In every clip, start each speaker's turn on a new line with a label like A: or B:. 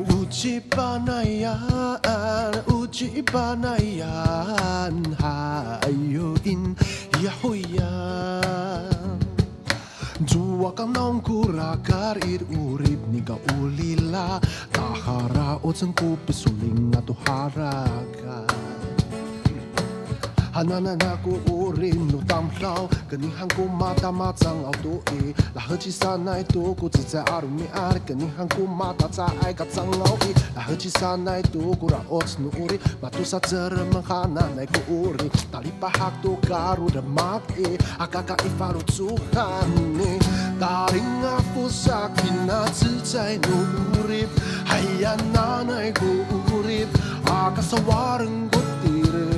A: Uji panayaan, uji panayaan, hayuin yahuya. Jua kang naung kurakar ir urip ni ka ulila, tahara o sengku pesuling ato haraka. Hanana na ku urin nu tam hlau Keni han ku mata ma zang lao tu i La he chi sa nai tu ku zi zai aru mi ar Keni han ku mata za ai ka zang lao i La he chi sa nai tu ku ra ots nu uri Ma tu sa zere men hana nai ku uri Tali pa hak tu karu de mak i Akaka i faru Tuhan ni Taring aku sakina zi zai nu urip Hayana nai ku urip Aka sawareng ku tire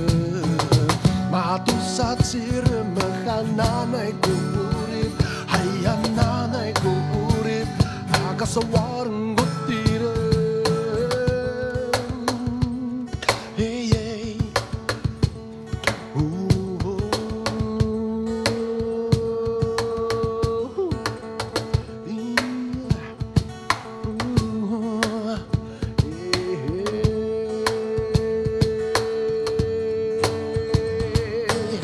A: Matu satsir mehananay kuburip Hayananay kuburip Akasawarang gutire Hey, hey Ooh, yeah. Ooh, hey, hey.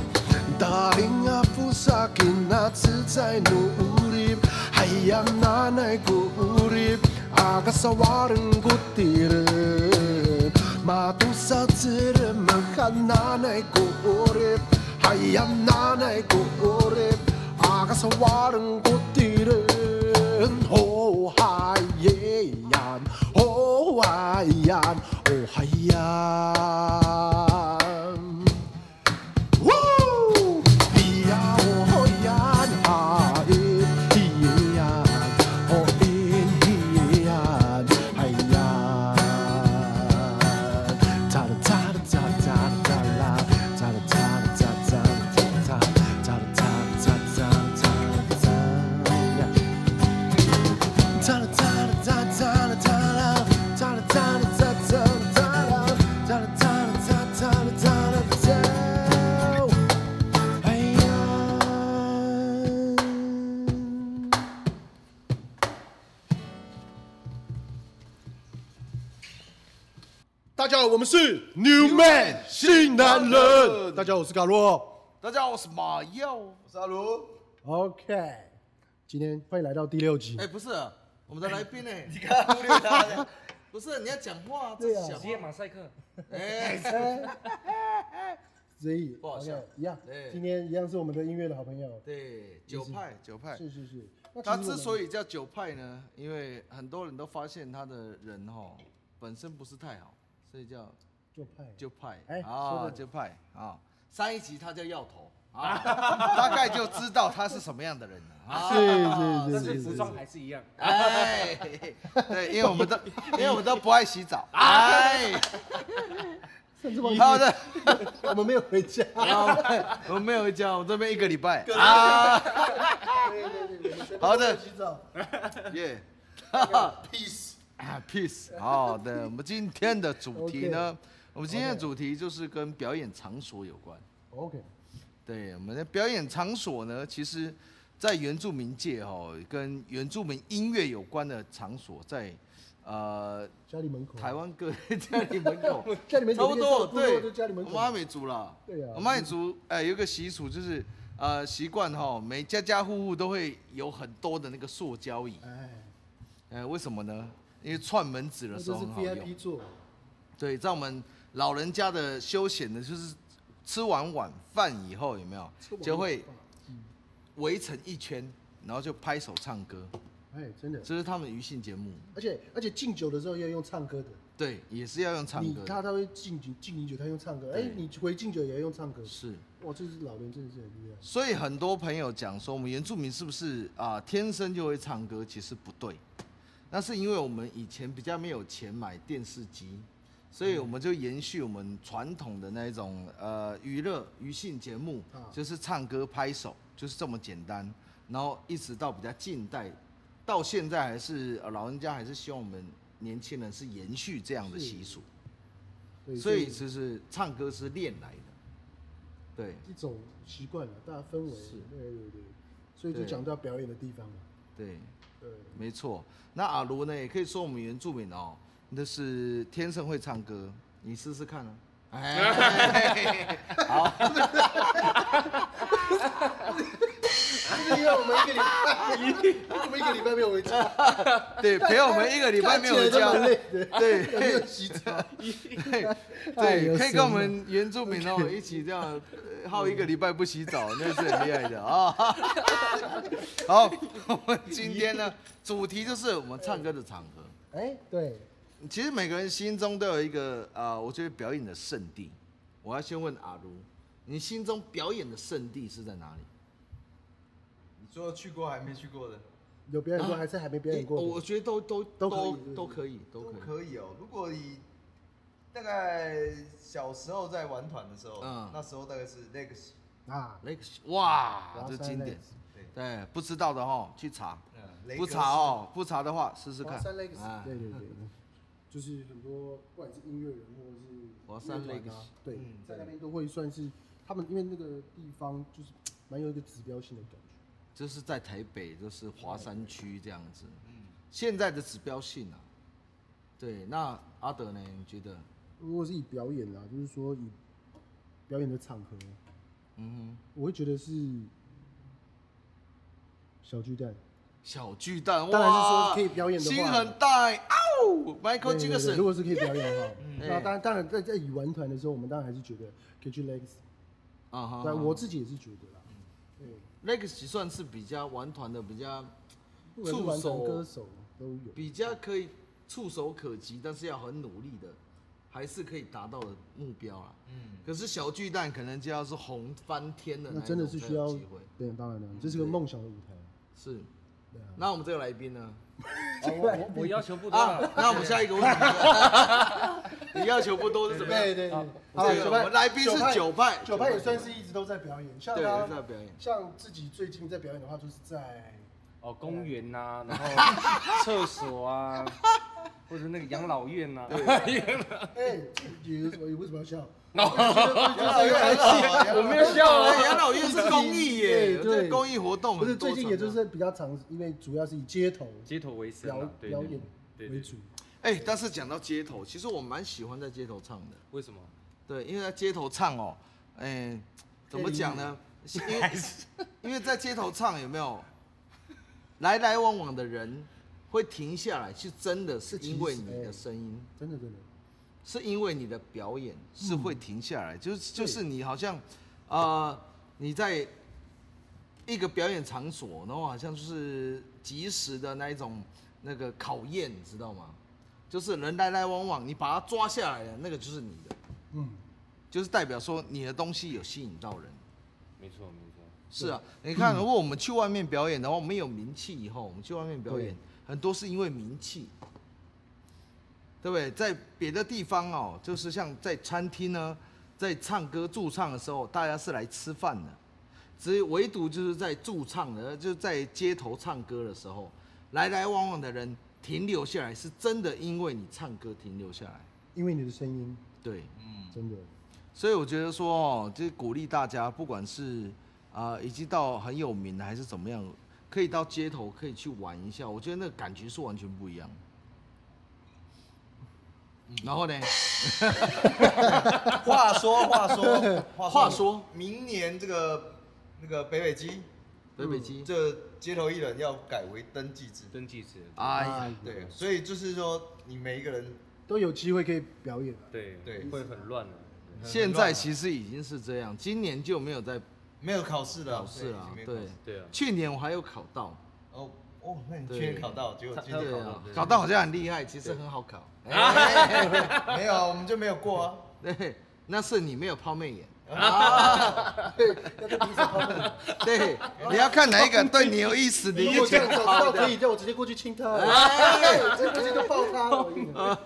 A: Daring aku sakin at zay no urip Hayang nanay ko urip Aga sa warang ko tirip Matu sa tirip Mga nanay ko urip Hayang nanay ko urip Aga sa warang ko tirip Oh hayan Oh hayan Oh hayan Woo! Ia o hoian a e hian, o in hian haian. Tara tara tara tara tara, tara tara tara tara tara, tara tara tara tara tara tara. Newman 新男人，
B: 大家好，我是马耀，我是阿卢。哎、不是，我们的来宾呢、
C: 你刚刚忽略他了，
B: 不是，你要讲话，
A: 对啊
B: 这是讲
C: 职业
B: 话。
C: 马赛克，
B: 哎、
A: 所以
B: 不好笑。对。
A: 一样，今天一样是我们的音乐的好朋友，是是是。那其实我们
B: 对，九派，九派。他之所以叫九派呢，因为很多人都发现他的人哈本身不是太好，所以叫
A: 就派
B: 九派
A: 哎说
B: 啊，
A: 得
B: 九派啊。上一集他叫药头啊， 大概就知道他是什么样的人了啊。
A: 是
C: 但
A: 是
C: 是
A: 是是
C: 服装还是一样。
B: 哎，对，因为我们都因为我们都不爱洗澡。 哎，
A: 甚至忘记
B: 好的，
A: 我们没有回家。
B: 啊我没有回家，我这边一个礼拜啊。好的
A: 洗澡。
B: 耶，peace 啊，peace。好的，我们今天的主题呢，我们今天的主题就是跟表演场所有关。
A: OK，
B: 对，我们的表演场所呢，其实，在原住民界哦，跟原住民音乐有关的场所在，呃
A: 家里门口。
B: 台湾各家里门口
A: 家里门
B: 差
A: 口
B: 不
A: 那个照
B: 多，
A: 部落就
B: 对
A: 家里门，
B: 我
A: 口。
B: 们阿美族啦，
A: 对啊
B: 我们阿美族哎有一个习俗就是呃习惯哈，每家家户户都会有很多的那个塑胶椅，
A: 哎，
B: 哎为什么呢？因为串门子的
A: 那
B: 时
A: 就
B: 候
A: 是
B: 很好用
A: VIP，座。
B: 对，在我们老人家的休闲的就是吃完晚饭以后有没有
A: 吃完
B: 就会
A: 晚饭
B: 围成一圈，然后就拍手唱歌，
A: 哎，真的。
B: 这是他们余兴节目，
A: 而且而且敬酒的时候要用唱歌的，
B: 对，也是要用唱
A: 你
B: 歌的，
A: 他他会敬酒敬你酒，他用唱歌。哎
B: 对，
A: 你回敬酒也要用唱歌。
B: 是。
A: 哇，这是老人真的是很厉害。
B: 所以很多朋友讲说，我们原住民是不是啊、天生就会唱歌？其实不对，那是因为我们以前比较没有钱买电视机，所以我们就延续我们传统的那一种呃娱乐娱性节目
A: 啊，
B: 就是唱歌拍手，就是这么简单。然后一直到比较近代，到现在还是呃老人家还是希望我们年轻人是延续这样的习俗，所以其实唱歌是练来的，对
A: 一种习惯了，大家氛围，
B: 是
A: 对对对，所以就
B: 对
A: 讲到表演的地方嘛，
B: 对。
A: 对，
B: 没错，那阿卢呢，也可以说我们原住民哦，那是天生会唱歌，你试试看啊。哎，好，
A: 因为我们一个礼拜，我们一个礼拜没有回家，
B: 对，陪我们一个礼拜没有
A: 看
B: 家
A: 起来都，蛮累的
B: 对
A: 没有洗澡，
B: 对
A: 太有
B: 对，可
A: 神
B: 以跟我
A: 了
B: 们原住民哦一起这样呃耗一个礼拜不洗澡，那是很厉害的啊。 好， 我们今天呢，主题就是我们唱歌的场合。
A: 哎，对，
B: 其实每个人心中都有一个啊、呃我觉得表演的圣地。我要先问阿如，你心中表演的圣地是在哪里？
C: 你说去过还没去过的
A: 有表演过还是还没表演过
B: 诶
A: 的？
B: 哎我我觉得都都
A: 都可以是不是
B: 都可以，都
D: 都
B: 可以。
D: 可以哦。如果你大概小时候在玩团的时候，
B: 嗯
D: 那时候大概是 Legacy，
A: 啊，
B: 那个哇，
A: 哇
B: 这
A: 塞
B: 经典。
D: 对
B: 对，不知道的哈，去查。
D: 嗯，
B: 不查哦，不查的话试试看。啊
A: 对对对，就是很多不管是音乐人或者是
B: 华山
A: 乐团
B: Legacy
A: 啊，对
D: 嗯，
A: 在那边都会算是他们，因为那个地方就是蛮有一个指标性的感觉。
B: 就是在台北，就是华山区这样子。
D: 嗯
B: 现在的指标性啊，对。那阿德呢？你觉得？
A: 如果是以表演啊，就是说以表演的场合，
B: 嗯
A: 我会觉得是小巨蛋。
B: 哼，小巨蛋哇，
A: 当然是说可以表演的话
B: 心很大欸。哦，Michael
A: 对对对
B: Jackson，
A: 如果是可以表演的话，
B: 嗯
A: 那当然当然在在以玩团的时候，我们当然还是觉得可以去 Legs。
B: 啊哈
A: 对，我自己也是觉得啦。对，
B: Legacy 算是比较玩团的，比较
A: 不管是玩团
B: 触手
A: 歌手都有。
B: 比较可以触手可及，但是要很努力的，还是可以达到的目标啦。
D: 嗯，
B: 可是小巨蛋可能就要是红翻天的
A: 那
B: 一
A: 真的
B: 种
A: 是
B: 才
A: 需
B: 有
A: 要
B: 机会，
A: 对，当然了，这是个梦想的舞台。
B: 是。
A: 对啊，
B: 那我们这个来宾呢？
C: 哦我我我要求不多
B: 啊
C: 了，，
B: 那我们下一个问题， 你要求不多是怎么样？
A: 对对对，哎好了，九
B: 这个我
A: 派
B: 们来宾是九派
A: 九派也算是一啊直都在表演，像
B: 对
A: 他
B: 在表演
A: 像自己最近在表演的话，就是在
C: 哦，公园呐、然后厕所啊，或者那个养老院呐、
A: 哎，你为什么你为什么要笑？
C: 我没有笑啊，
B: 养哎老院是公益耶，
A: 对对
B: 这公益活动
A: 不是
B: 很多
A: 最
B: 层
A: 近也
B: 的
A: 就是比较常，因为主要是以街头
C: 啊街头为生
A: 表
C: 啊，对
A: 表演
C: 对
A: 为
C: 对
A: 主。
B: 哎，但是讲到街头，其实我蛮喜欢在街头唱的，
C: 为什么？
B: 对，因为在街头唱哦，哎，怎么讲呢？因为因为在街头唱有没有来来往往的人会停下来，是真的是因为你的声音。
A: 真的真的，
B: 是因为你的表演是会停下来，就是就是你好像，呃，你在一个表演场所，然后好像就是及时的那一种那个考验，你知道吗？就是人来来往往，你把它抓下来了，那个就是你的，
A: 嗯，
B: 就是代表说你的东西有吸引到人。
C: 没错没错，
B: 是啊，你看，如果我们去外面表演的话，我们有名气以后，我们去外面表演
A: 对，
B: 很多是因为名气，对不对？在别的地方哦，就是像在餐厅呢，在唱歌驻唱的时候，大家是来吃饭的，只有唯独就是在驻唱的，就是在街头唱歌的时候，来来往往的人停留下来，是真的因为你唱歌停留下来，
A: 因为你的声音，
B: 对。
D: 嗯，
A: 真的，
B: 所以我觉得说哦，就是鼓励大家，不管是啊、呃已经到很有名的还是怎么样，可以到街头可以去玩一下，我觉得那个感觉是完全不一样的。
D: 嗯
B: 然后呢？
D: 话说话 说
B: 话说
D: 明年这个那个北北基，
B: 北北基，
D: 这街头艺人要改为登记制，
C: 登记制，
B: 哎呀，
D: 对，所以就是说你每一个人
A: 都有机会可以表演了。
C: 对
D: 对
C: 会很乱的、
D: 很
B: 现
D: 乱
B: 在
D: 啊
B: 其实已经是这样，今年就没有在
D: 没有考试了，
B: 考试
D: 已
B: 啊
D: 经没，有考
B: 对
D: 试
C: 对啊
B: 去年我还有考到，
D: 哦哦，那你去
B: 对
D: 年考到，结果今
B: 对
D: 年考
B: 啊
D: 到，对
B: 考到好像很厉害，其实很好考。哎
D: 没有啊，我们就没有过啊。
B: 哎 对，那是你没有抛媚眼。
D: 啊，对，要跟评审讨论。
B: 对，你要看哪一个对你有意思，你
D: 如
B: 就
D: 果这
B: 讲
D: 样走到可以，叫我直接过去 亲他，哎，直接过去就抱他了。我跟你讲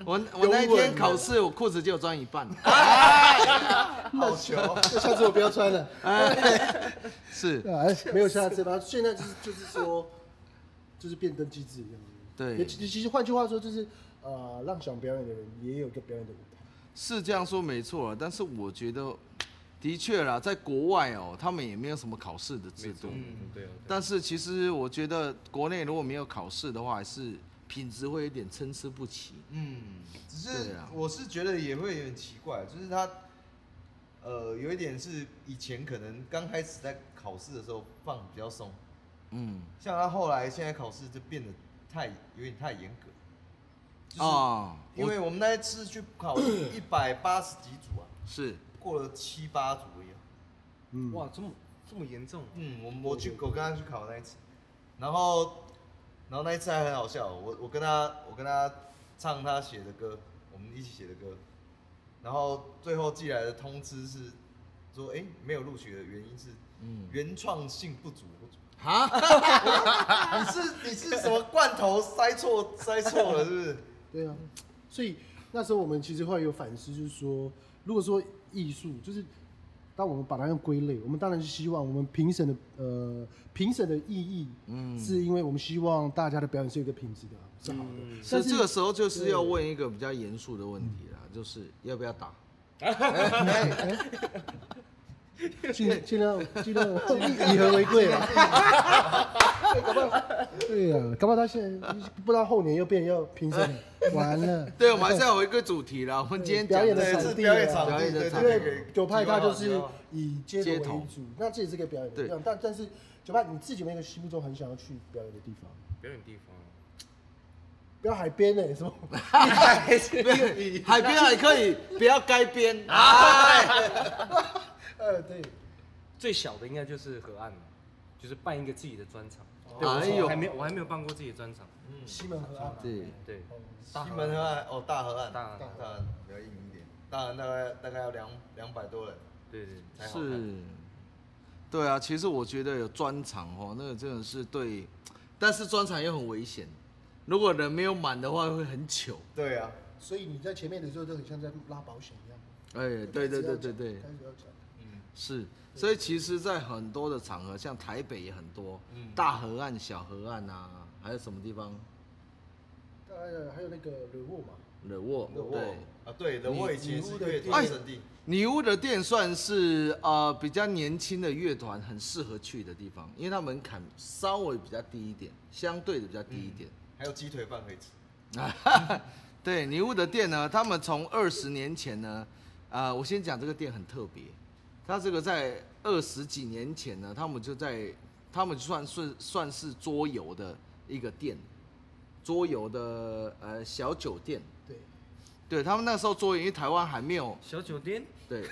B: 我我那一天考试，我裤子就穿一半。
D: 好球！那下次我不要穿了。
B: 是，
D: 对啊哎，没有下次吧？现在就是就是说，就是变登机制一样。
B: 对
D: 也其其实换句话说，就是呃，让想表演的人也有一个表演的舞台。
B: 是这样说没错，啊但是我觉得，的确啦，在国外哦，他们也没有什么考试的制度。
C: 嗯，对哦，
B: 但是其实我觉得，国内如果没有考试的话，还是品质会有点参差不齐。
D: 嗯，只是
B: 对
D: 是
B: 啊
D: 我是觉得也会有点奇怪，就是他，呃，有一点是以前可能刚开始在考试的时候放比较松，
B: 嗯，
D: 像他后来现在考试就变得太有点太严格，就是、
B: 啊，
D: 因为我们那一次去考一百八十几组啊，
B: 是
D: 过了七八组而已啊、
E: 嗯，
C: 哇，这么这么严重，啊
D: 嗯，我我去我跟他去考那一次，然后然后那一次还很好笑，我我跟他我跟他唱他写的歌，我们一起写的歌，然后最后寄来的通知是说，哎、没有录取的原因是
B: 嗯，
D: 原创性不足。
B: 哈，
D: 你是你是什么罐头塞错 塞错了是不是？
A: 对啊，所以那时候我们其实后来有反思，就是说，如果说艺术，就是当我们把它用归类，我们当然是希望我们评审的呃评审的意义，
B: 嗯
A: 是因为我们希望大家的表演是有一个品质的，啊是好的。
C: 嗯
B: 是
A: 但是
B: 这个时候就是要问一个比较严肃的问题啦，就是要不要打？
A: 尽尽量 尽量以和为贵 啊。 对啊，搞不好他现在不知道后年又变要评审 了，完了。
B: 对，我们还是要回归主题啦。我们今天讲
A: 表演的
D: 对，
A: 场
D: 是
A: 地
D: 表演
A: 啊
D: 场
B: 表
D: 地，
B: 演的
D: 对
B: 场
D: 对
A: 因
B: 地
D: 对，
A: 为
D: 给
A: 九派它
D: 给
A: 就
D: 我给
A: 是
D: 我
A: 以街
B: 街
A: 头
B: 头
A: 为主，那这也是个表演的
B: 对
A: 地方。但但是九派你自己有没有一个心目中很想要去表演的地方？
C: 表演地方。啊
A: 不要海边呢，什 么？
B: 海边还可以，不要该边啊。
A: 呃，对，
C: 最小的应该就是河岸了，就是办一个自己的专场。对，
B: 哎呦
C: 我还没有我还没有办过自己的专场。
A: 西门河岸。
B: 对，
C: 对，
A: 哦，
D: 西门河岸哦，大河岸，
C: 大河岸
D: 大河岸比较硬一点，大河岸大概大概要两两百多人
C: 对对，
D: 才好看。
B: 是，对啊。其实我觉得有专场哦，那个真的是对，但是专场又很危险，如果人没有满的话会很糗。
D: 对啊，
A: 所以你在前面的时候都很像在拉保险一样。
B: 哎，对对对对对，
A: 开始要讲。
D: 嗯，
B: 是。所以其实，在很多的场合，像台北也很多，
D: 嗯
B: 大河岸、小河岸啊，还有什么地方？
A: 当然还有那个惹沃嘛，
B: 惹沃，
D: 冷沃
B: 对，
D: 啊，对，冷沃以前是乐
B: 哎
D: 团圣地，
B: 女巫的店算是呃比较年轻的乐团很适合去的地方，因为它门槛稍微比较低一点，相对的比较低一点。
D: 还有鸡腿饭可以吃。
B: 对，女巫的店呢，他们从二十年前呢，呃，我先讲这个店很特别，它这个在二十几年前呢，他们就在，他们算是算是桌游的一个店，桌游的呃小酒店。
A: 对，
B: 对他们那时候桌游，因为台湾还没有，
C: 小酒店，
B: 对，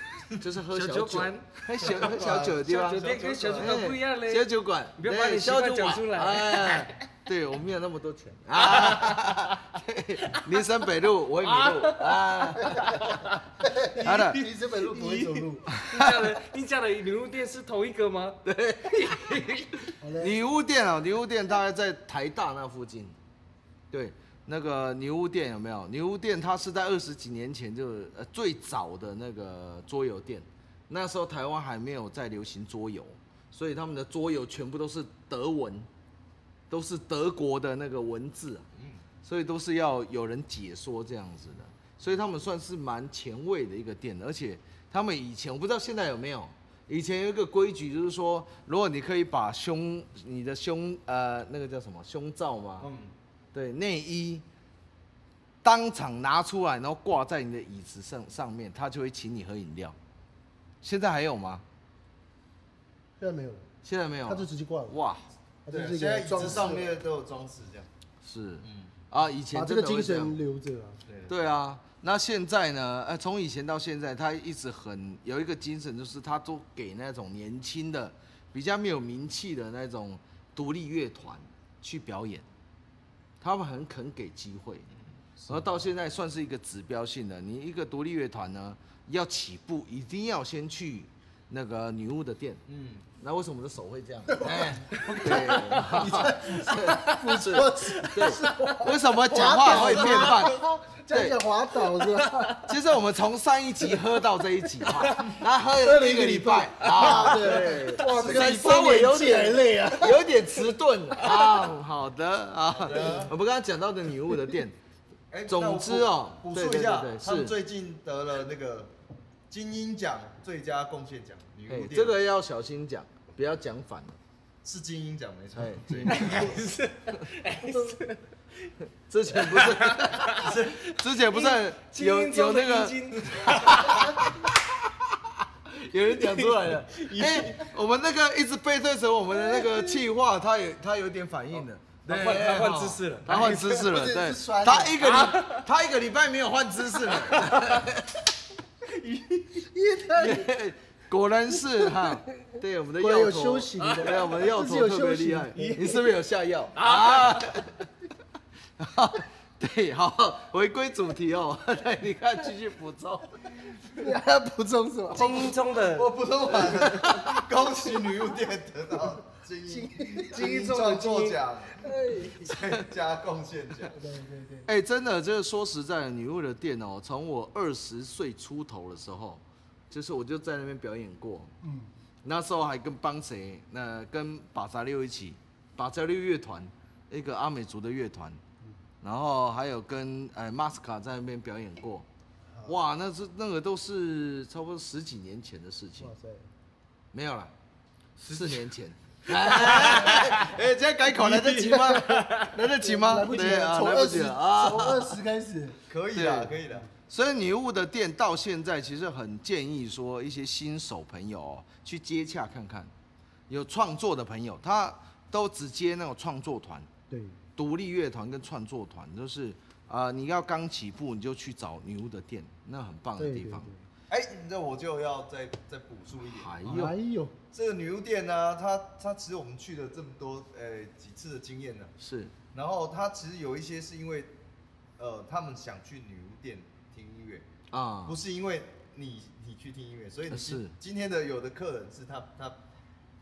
B: 就是喝
C: 小
B: 小
C: 酒
B: 酒
C: 馆，
B: 喝小喝小酒的地
C: 小
B: 方
C: 酒，店跟小酒
B: 哎
C: 馆不一样嘞。
B: 小酒馆，
C: 你不要把你
B: 对
C: 习惯
B: 小酒馆
C: 讲出来
B: 哎，对我没有那么多钱 啊。对，林森北路我也迷路啊。好的，
A: 你这本路不 会走路。
C: 你讲的，你讲的牛肉店是同一个吗？
A: 好嘞，
B: 女巫店哦，女巫店大概在台大那附近。对，那个女巫店有没有？女巫店它是在二十几年前就呃最早的那个桌游店，那时候台湾还没有在流行桌游，所以他们的桌游全部都是德文，都是德国的那个文字啊，
A: 嗯
B: 所以都是要有人解说这样子的，所以他们算是蛮前卫的一个店，而且他们以前我不知道现在有没有。以前有一个规矩，就是说，如果你可以把胸、你的胸呃那个叫什么胸罩嘛，
A: 哦
D: 嗯，
B: 对内衣当场拿出来，然后挂在你的椅子上上面，他就会请你喝饮料。现在还有吗？
A: 现在没有了，
B: 现在没有
A: 他就
B: 了。
A: 直接挂了。
B: 哇，
A: 它就
D: 对啊，
A: 是一
D: 现
A: 个
D: 在椅
A: 装
D: 子
A: 饰
D: 上面都有装饰这样。
B: 是
D: 嗯，
B: 啊，以前
A: 把这
B: 真
A: 个
B: 的会
A: 精
B: 这样
A: 神留着啊。
D: 对，
B: 对啊，那现在呢？呃，从以前到现在，他一直很有一个精神，就是他都给那种年轻的、比较没有名气的那种独立乐团去表演，他们很肯给机会。然后到现在算是一个指标性的。你一个独立乐团呢，要起步一定要先去那个女巫的店。
D: 嗯，
B: 那为什么我的手会这样？哎，对，是是对，为什么讲话会变慢？
A: 这样滑倒是吧？
B: 其实我们从上一集喝到这一集嘛，然后喝了一个礼拜 啊，对，
A: 哇，这个
B: 稍微有
A: 很
B: 点
A: 累啊。
B: 有点迟钝啊。好的啊，我们刚刚讲到的女巫的店，
D: 哎，
B: 总
D: 那我
B: 之哦
D: 补补
B: 对
D: 述
B: 对
D: 一下
B: 对对，
D: 他们
B: 是
D: 最近得了那个金鹰奖最佳贡献奖，女
B: 哎
D: 巫，
B: 这个要小心讲，不要讲反了。
D: 是金鹰奖没错
B: 哎，
D: 对
B: 之前不是，之前不是有有那个有人讲出 来了，哎、我们那个一直背对着我们的那个气话，他也他有点反应
A: 哦
B: 了。
C: 他
B: 对
C: 换他
B: 哎
C: 换
B: 好
C: 姿势了
B: 他换姿势 了，
D: 不是
B: 对
D: 是酸，的
B: 他一个礼 他一个礼拜没有换姿 势了，
A: 啊
B: 耶果然是哈，对我们的
A: 果然
B: 药
A: 有
B: 头
A: 休息的
B: 对我们的药
A: 自己有
B: 头特别
A: 休息
B: 厉害，你是不是有下药啊？ 对，好，回归主题哦， 对，你看继续补充，
A: 你还要补充什么？
C: 精英中的
D: 我补充完了，恭喜女巫店得到金鹰
C: 金鹰中的金
D: 创作
C: 鹰
D: 奖最佳贡献奖。
A: 对对对，
B: 哎、真的，这个说实在的，女巫的店哦，从我二十岁出头的时候，就是我就在那边表演过，
A: 嗯，
B: 那时候还跟帮谁？那跟把扎六一起，把扎六乐团，一个阿美族的乐团，
A: 嗯
B: 然后还有跟哎马斯卡在那边表演过，哇，那是那个都是差不多十几年前的事情
A: 哇，塞，
B: 没有啦，四 年前。哎，哎现在改口来得及吗？来得及吗？
A: 来不及
B: 对
A: 了，
B: 啊，
A: 从
B: 来不
A: 二
B: 及
A: 十
B: 了啊！
A: 从二十开始，
D: 可以啦，
B: 对
D: 可以啦。
B: 所以女巫的店到现在其实很建议说一些新手朋友、哦、去接洽看看，有创作的朋友，他都只接那种创作团、
A: 对，
B: 独立乐团跟创作团，就是啊、呃你要刚起步你就去找女巫的店，那很棒的
A: 对
B: 地
A: 对
B: 方。
D: 哎，那我就要再再补述一点。
B: 还
A: 对，还
B: 有
A: 有
D: 这个女巫店呢、它它其实我们去了这么多呃几次的经验呢、
B: 是
D: 然后它其实有一些是因为，呃，他们想去女巫店听音乐，
B: 啊，
D: 不是因为你你去听音乐，所以
B: 呃
D: 你
B: 是
D: 今天的有的客人是他他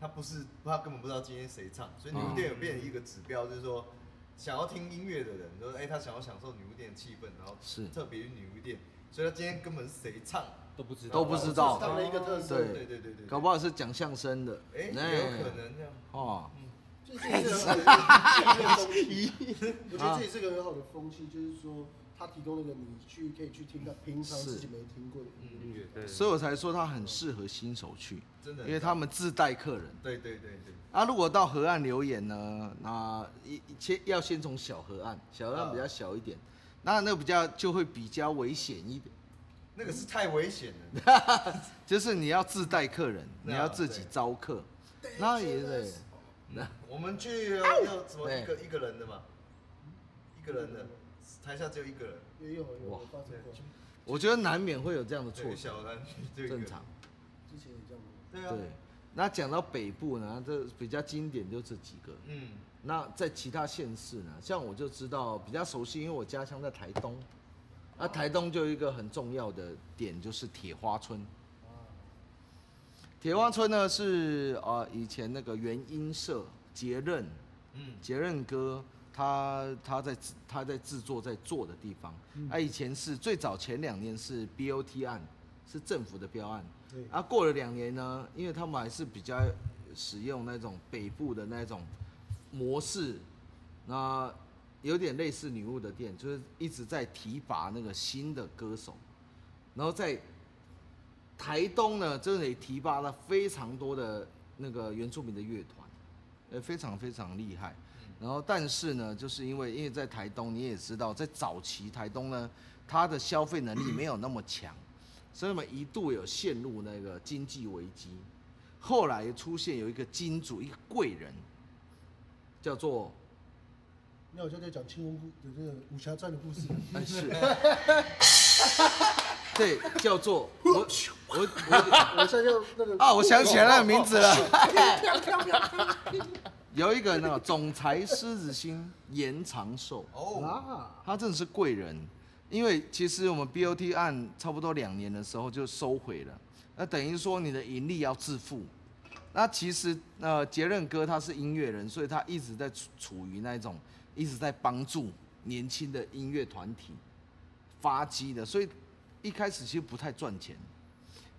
D: 他不是他根本不知道今天谁唱，所以女
B: 啊
D: 巫店有变成一个指标，就是说想要听音乐的人，就是哎他想要享受女巫店的气氛，然后
B: 是
D: 特别于女巫店，所以他今天根本是谁唱
C: 都不知道，
B: 都不知道
A: 他们的一个特色，
B: 对
D: 对对对对，
B: 搞不好是讲相声的，
D: 哎也有可能这样。
B: 哦，
A: 就是这是很好的东西。我觉得这也是个很好的风气，就是说他提供了一个你去可以去听到平常自己没听过的音乐。
C: 对
B: 所以我才说它很适合新手去，
D: 真的
B: 因为他们自带客人。
D: 对对对对，
B: 啊，如果到河岸留言呢，那一一切要先从小河岸，小
D: 嗯
B: 河岸比较小一点，那那比较就会比较危险一点，
D: 那个是太危险了。
B: 就是你要自带客人，你要自己
D: 嗯对
B: 招客，那也得
D: 我们去要要什么
B: 对
D: 一个一个人的嘛，一个人的，台下只有一个人，
A: 也有有有发生过，
B: 我觉得难免会有这样的
D: 对
B: 错觉，
D: 小男女就一个
B: 正
D: 人
B: 常，。
A: 之前也这样过。
D: 对
B: 对
D: 啊，，
B: 那讲到北部呢，这比较经典就这几个。
D: 嗯，
B: 那在其他县市呢，像我就知道比较熟悉，因为我家乡在台东，那台东就有一个很重要的点就是铁花村。
A: 啊
B: 铁花村呢是呃以前那个原音社杰任，
D: 嗯，
B: 杰任哥他他在制他在制作在做的地方，啊以前是最早前两年是 BOT 案，是政府的标案，
A: 对
B: 啊过了两年呢，因为他们还是比较使用那种北部的那种模式，那有点类似女巫的店，就是一直在提拔那个新的歌手，然后在台东呢，这里提拔了非常多的那个原住民的乐团，呃，非常非常厉害。然后，但是呢，就是因为因为在台东，你也知道，在早期台东呢，它的消费能力没有那么强，所以我们一度有陷入那个经济危机。后来出现有一个金主，一个贵人，叫做
A: 那我就在讲青龙故的这个武侠传的故 事，
B: 但哎是，对，叫做我我我
A: 我现在就那个
B: 啊，我想起来那个名字了。有一个那个总裁狮子心严长寿，
D: 哦，
A: 啊，
B: 他真的是贵人，因为其实我们 BOT 案差不多两年的时候就收回了，那等于说你的盈利要自负。那其实呃，杰任哥他是音乐人，所以他一直在处处于那种一直在帮助年轻的音乐团体发迹的，所以一开始其实不太赚钱，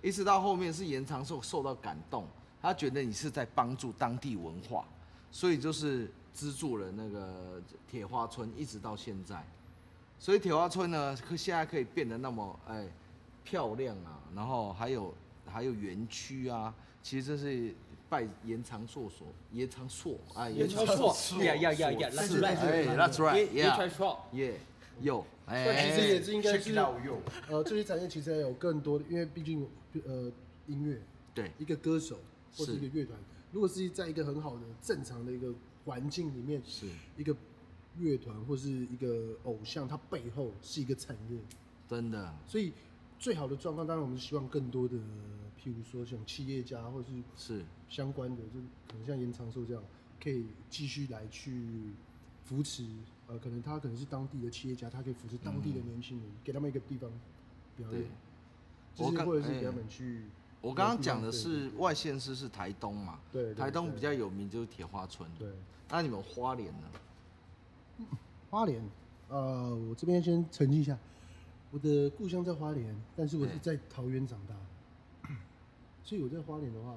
B: 一直到后面是延长寿受到感动，他觉得你是在帮助当地文化，所以就是资助了那个铁花村，一直到现在。所以铁花村呢，可现在可以变得那么哎漂亮啊，然后还有还有园区啊，其实这是拜延长寿所，延长寿啊，
C: 也
B: 长
C: 错错，呀呀呀呀，That's
B: 哎
C: right，
B: ，That's right，
C: 也也
B: yeah，
C: 全错。
B: 耶，有，
A: 但其实
B: 哎
A: 也，是应该是
D: Check it out, yo
A: 呃，这些产业其实还有更多的，因为毕竟呃音乐
B: 对，
A: 一个歌手或者
B: 是
A: 一个乐团，如果是在一个很好的正常的一个环境里面，
B: 是，
A: 一个乐团或是一个偶像，它背后是一个产业，
B: 真的，
A: 所以最好的状况，当然我们希望更多的，譬如说像企业家或是
B: 是，
A: 相关的，就可能像严长寿这样，可以继续来去扶持，呃，可能他可能是当地的企业家，他可以扶持当地的年轻人，给他们一个地方表
B: 对
A: 演，。就是
B: 我
A: 或者
B: 刚
A: 是给他
B: 哎
A: 们去，
B: 我刚刚讲的是外县市是台东嘛，
A: 对对
B: 台东
A: 对
B: 比较有名就是铁花村，
A: 对，
B: 那你们花莲呢？
A: 花莲，呃，我这边先澄清一下，我的故乡在花莲，但是我是
B: 对
A: 在桃园长大， 所以我在花莲的话，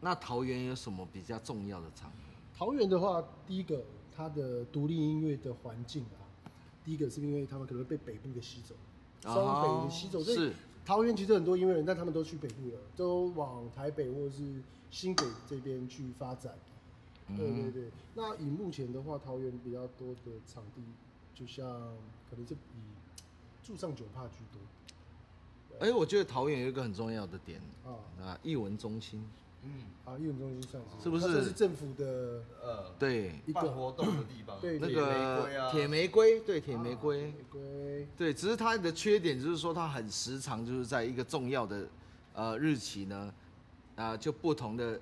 B: 那桃园有什么比较重要的场合？
A: 桃园的话，第一个它的独立音乐的环境啊，第一个是因为他们可能会被北部给吸走，
B: 啊
A: 双北的吸走，所以
B: 是
A: 桃园其实很多音乐人，但他们都去北部了，都往台北或是新北这边去发展。
B: 嗯
A: 对对对，那以目前的话，桃园比较多的场地，就像可能是以驻唱酒吧居多
B: 哎、我觉得桃园有一个很重要的点
A: 啊
B: 啊，艺文中心，
D: 嗯，
A: 啊，艺文中心算是
B: 是不是
A: 那这是政府的
D: 呃，
B: 对，
A: 一
D: 办
A: 个
D: 活动的地方，
A: 对
B: 那
D: 铁玫瑰
B: 个
D: 啊
B: 铁玫瑰，对，铁玫瑰，
A: 玫瑰？
B: 对，只是它的缺点就是说它很时常就是在一个重要的呃日期呢，啊、就不同的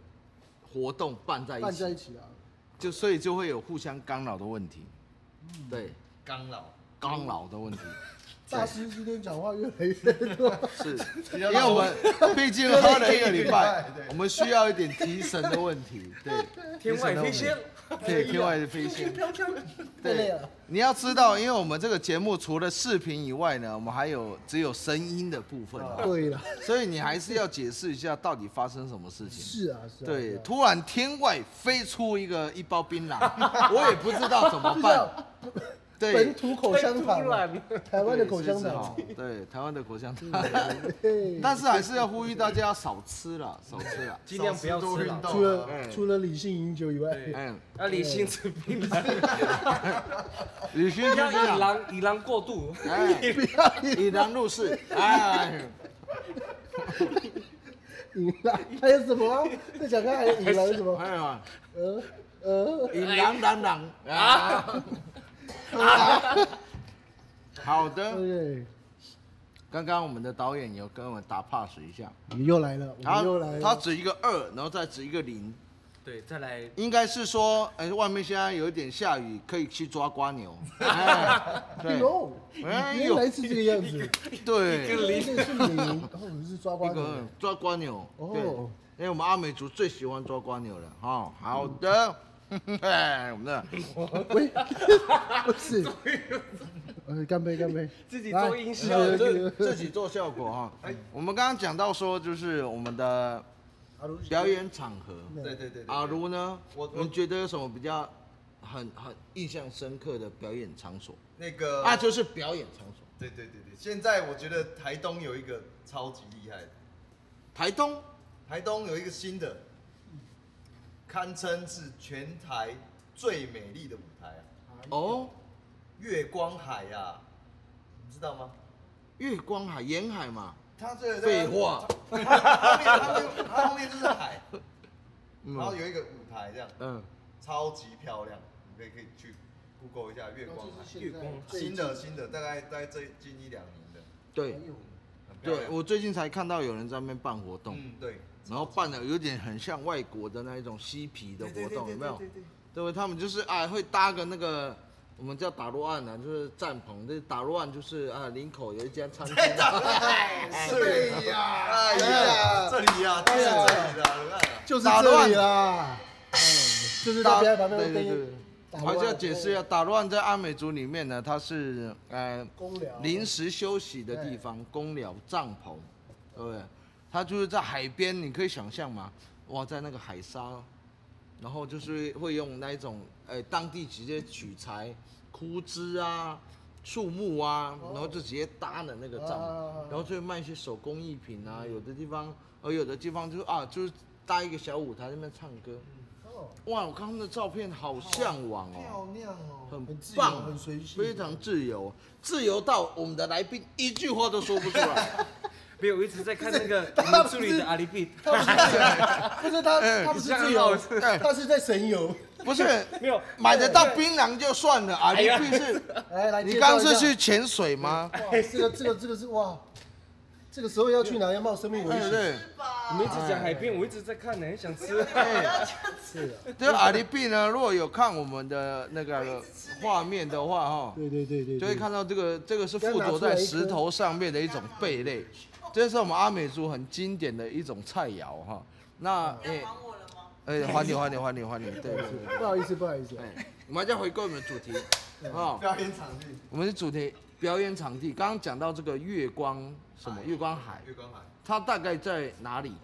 B: 活动办在一
A: 办
B: 起，
A: 在一起啊，
B: 就所以就会有互相干扰的问题，对，
D: 刚老，
B: 干扰的问题。
A: 大师今天讲话越来越多。
B: 是，
D: 比
B: 因
D: 较，
B: 为我们毕竟喝了一个礼拜
D: 对
B: 我们需要一点提神的问题。对，
C: 天外飞
B: 提神
C: 仙
B: 的问题，对，天外飞哎仙。
A: 太累了。
B: 你要知道，因为我们这个节目除了视频以外呢，我们还有只有声音的部分、啊，
A: 对了，
B: 所以你还是要解释一下到底发生什么事情。
A: 是啊，是啊。
B: 对
A: 是，啊
B: 突然天外飞出一个一包槟 榔，我也不知道怎么办。
A: 本
B: 对，
A: 土口香糖
C: 突
A: 啊，
C: 然
A: 台湾的口
B: 对
A: 香
B: 是是
A: 糖
B: 好。对，台湾的口香糖。
A: 嘿
B: 但是还是要呼吁大家要少吃了，少吃 了。
C: 尽量不要
D: 少
C: 吃
D: 运
C: 了。
A: 除
D: 动啊，
A: 了除了理性饮酒以外，
C: 对
B: 嗯，
C: 要理性吃槟榔，
B: 旅行
C: 不
B: 就
C: 要
B: 这
C: 以
B: 样，
C: 狼以狼过度。
B: 啊哎，
A: 不要饮
B: 以狼入室，哎，
A: 饮了，还有什么啊？再讲看还有饮了什么？
B: 哎呀，
A: 呃呃，
B: 以狼狼狼啊！ 好的，
A: 对，
B: 刚刚我们的导演有跟我们打 pass 一下，
A: 你又来了，我
B: 他
A: 们又来
B: 他
A: 了。
B: 指一个二，然后再指一个零，
C: 对，再来
B: 应该是说，哎，外面现在有一点下雨，可以去抓瓜牛。 哎
A: 哎
B: 对，
A: 呦，
B: 哎
A: 原来是这个样子，哎
B: 对，
A: 这是零，然后是抓
B: 一
A: 瓜子
B: 个抓瓜牛，
A: 哦
B: 对，因为我们阿美族最喜欢抓瓜牛了哈、好的，
D: 嗯
B: 哎，我们的
A: 喂， 不是，呃，干杯，干杯，
C: 自己
A: 来哎
C: 做音效，
A: 来来
B: 自自己做效果哈、
D: 哎
B: 我们刚刚讲到说，就是我们的表演场合，
D: 对对对对，
B: 阿如呢，
D: 我我
B: 你觉得有什么比较很很印象深刻的表演场所？
D: 那个
B: 啊，就是表演场所，
D: 对对对对，现在我觉得台东有一个超级厉害的，
B: 台东
D: 台东有一个新的，堪称是全台最美丽的舞台啊，
B: 哦，
D: 月光海啊，你知道吗？
B: 月光海沿海嘛，
D: 它这个
B: 废话，
D: 它后面它后面它后面就是海，然后
B: 嗯
D: 有一个舞台这样，
B: 嗯，
D: 超级漂亮，你可以可以去 Google 一下月光海，
A: 月光
D: 新的新的，大概大概这近一两年的，
B: 对。
D: 很漂
B: 对，
D: 亮。
B: 我最近才看到有人在那边办活动，
D: 嗯对，
B: 然后办的有点很像外啊国的那一种嬉皮的活动，有没有？对不对？他们就是哎，会搭个那个我们叫打落岸啊，就是帐篷。这打落岸就是啊，林口有一间 餐厅
A: 哎
B: 啊，
D: 对呀，哎呀，这里
A: 哎
D: 呀，就是这里的，你看。
A: 就是
B: 打
A: 这
B: 乱
A: 里啦，嗯，就是大家旁边
B: 对
A: 会
B: 对
A: 跟
B: 对。我还是要解
A: 哦
B: 释一下，打乱在阿美族里面呢，它是呃
A: 公寮
B: 临时休息的地方，公寮帐篷，对不对？它就是在海边，你可以想象吗？哇，在那个海沙，然后就是会用那一种呃当地直接取材枯枝啊、树木啊，然后就直接搭了那个帐篷，
A: 啊
B: 然后就会卖一些手工艺品啊，有的地方，而有的地方就是啊，就是搭一个小舞台在那边唱歌。
A: 哦
B: 哇，我看他们的照片好向往哦，
D: 漂亮哦，
B: 很
A: 很自由
B: 棒，
A: 很随性
B: 非常自由，自由到我们的来宾一句话都说不出来。
C: 没有，我一直在看那个你们助理的阿里比，
A: 不是他，
B: 哎
A: 他不是自由，他是在神游。
B: 不是，
C: 没有
B: 买得到槟榔就算了啊，
C: 哎
B: 你
C: 呀
B: 必 是，
A: 来来，
B: 你
A: 介
B: 刚
A: 绍一
B: 是
A: 下嗯
B: 去潜水吗？
A: 哇，这个这个这个是哇，这个时候要去哪？要冒生命危
B: 对不
A: 险。
B: 哎对？
C: 你们一直讲海边，我一直在看呢，很想吃。
B: 哎
A: 是啊，
B: 这个阿里币呢，如果有看我们的那个画面的话，哈，
A: 对对对对，
B: 就会看到这个这个是附着在石头上面的一种贝类，这是我们阿美族很经典的一种菜肴哈。那诶，
F: 还我了吗？
B: 哎，还你还你还你还你，对对对。
A: 不好意思不好意思，
B: 哎，我们还是要回归我们的主题
A: 嗯
B: 哦，
D: 表演场地，
B: 我们的主题表演场地。刚刚讲到这个月光什么月光海，
D: 月光海，
B: 它大概在哪里？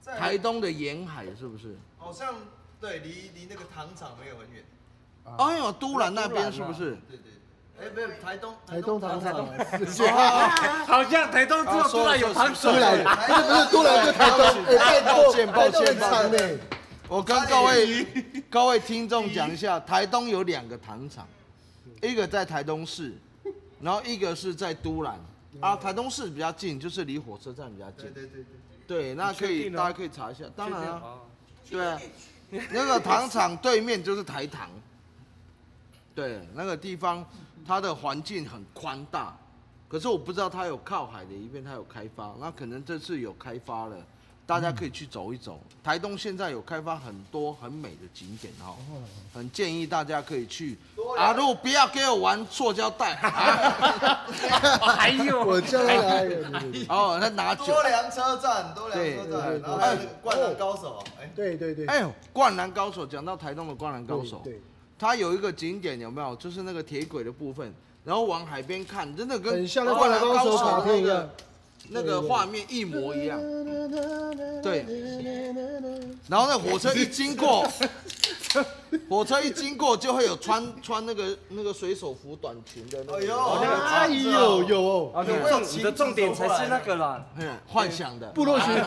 D: 在
B: 台东的沿海是不是？
D: 好像对离离那个糖厂没有很远，
A: 啊
B: 哎呦，都兰那边是不是？
D: 对对，哎，没有台东，
A: 台东糖厂啊，
B: 哎
A: 是
B: 哦
C: 好像台东只有突然有糖水
A: 都，兰，不哎是不是都兰就台东，哎，
B: 抱歉抱
A: 台
B: 歉
A: 东很欸长
B: 抱
A: 呢。
B: 我跟各位各位听众讲一下，台东有两个糖厂，一个在台东市，然后一个是在都兰。啊，台东市比较近，就是离火车站比较
D: 对
B: 近。
D: 对对对，
B: 对，那可
C: 你确
B: 以，
C: 定哦
B: 大家可以查一下。当然啊，
C: 哦
B: 对啊，那个糖厂对面就是台糖，对，那个地方它的环境很宽大，可是我不知道它有靠海的一面，它有开发，那可能这次有开发了，大家可以去走一走。台东现在有开发很多很美的景点哈、哦，很建议大家可以去。阿路不要给我玩塑胶袋， 啊
C: 哦还有
A: 我叫他来，对对对
B: 哦，他拿酒
D: 多，良车站，多良车
A: 对对对
D: 站，然后还有那个灌篮高手，哎，
A: 对对对，
B: 哎呦，灌篮高手，讲到台东的灌篮高手，
A: 对，
B: 它有一个景点有没有？就是那个铁轨的部分，然后往海边看，真的跟
A: 很像那灌篮高手卡
B: 那
A: 片一样
B: 个，那个画面一模一样。对，然后那火车一经过， 火车一经过就会有穿穿那个那个水手服短裙的那
D: 哎
B: 个，
D: 呦，
A: 哎呦有哦，
C: 啊，你
D: 有
C: 重你的重点才是那个啦，
B: 嗯幻想的
A: 部落学，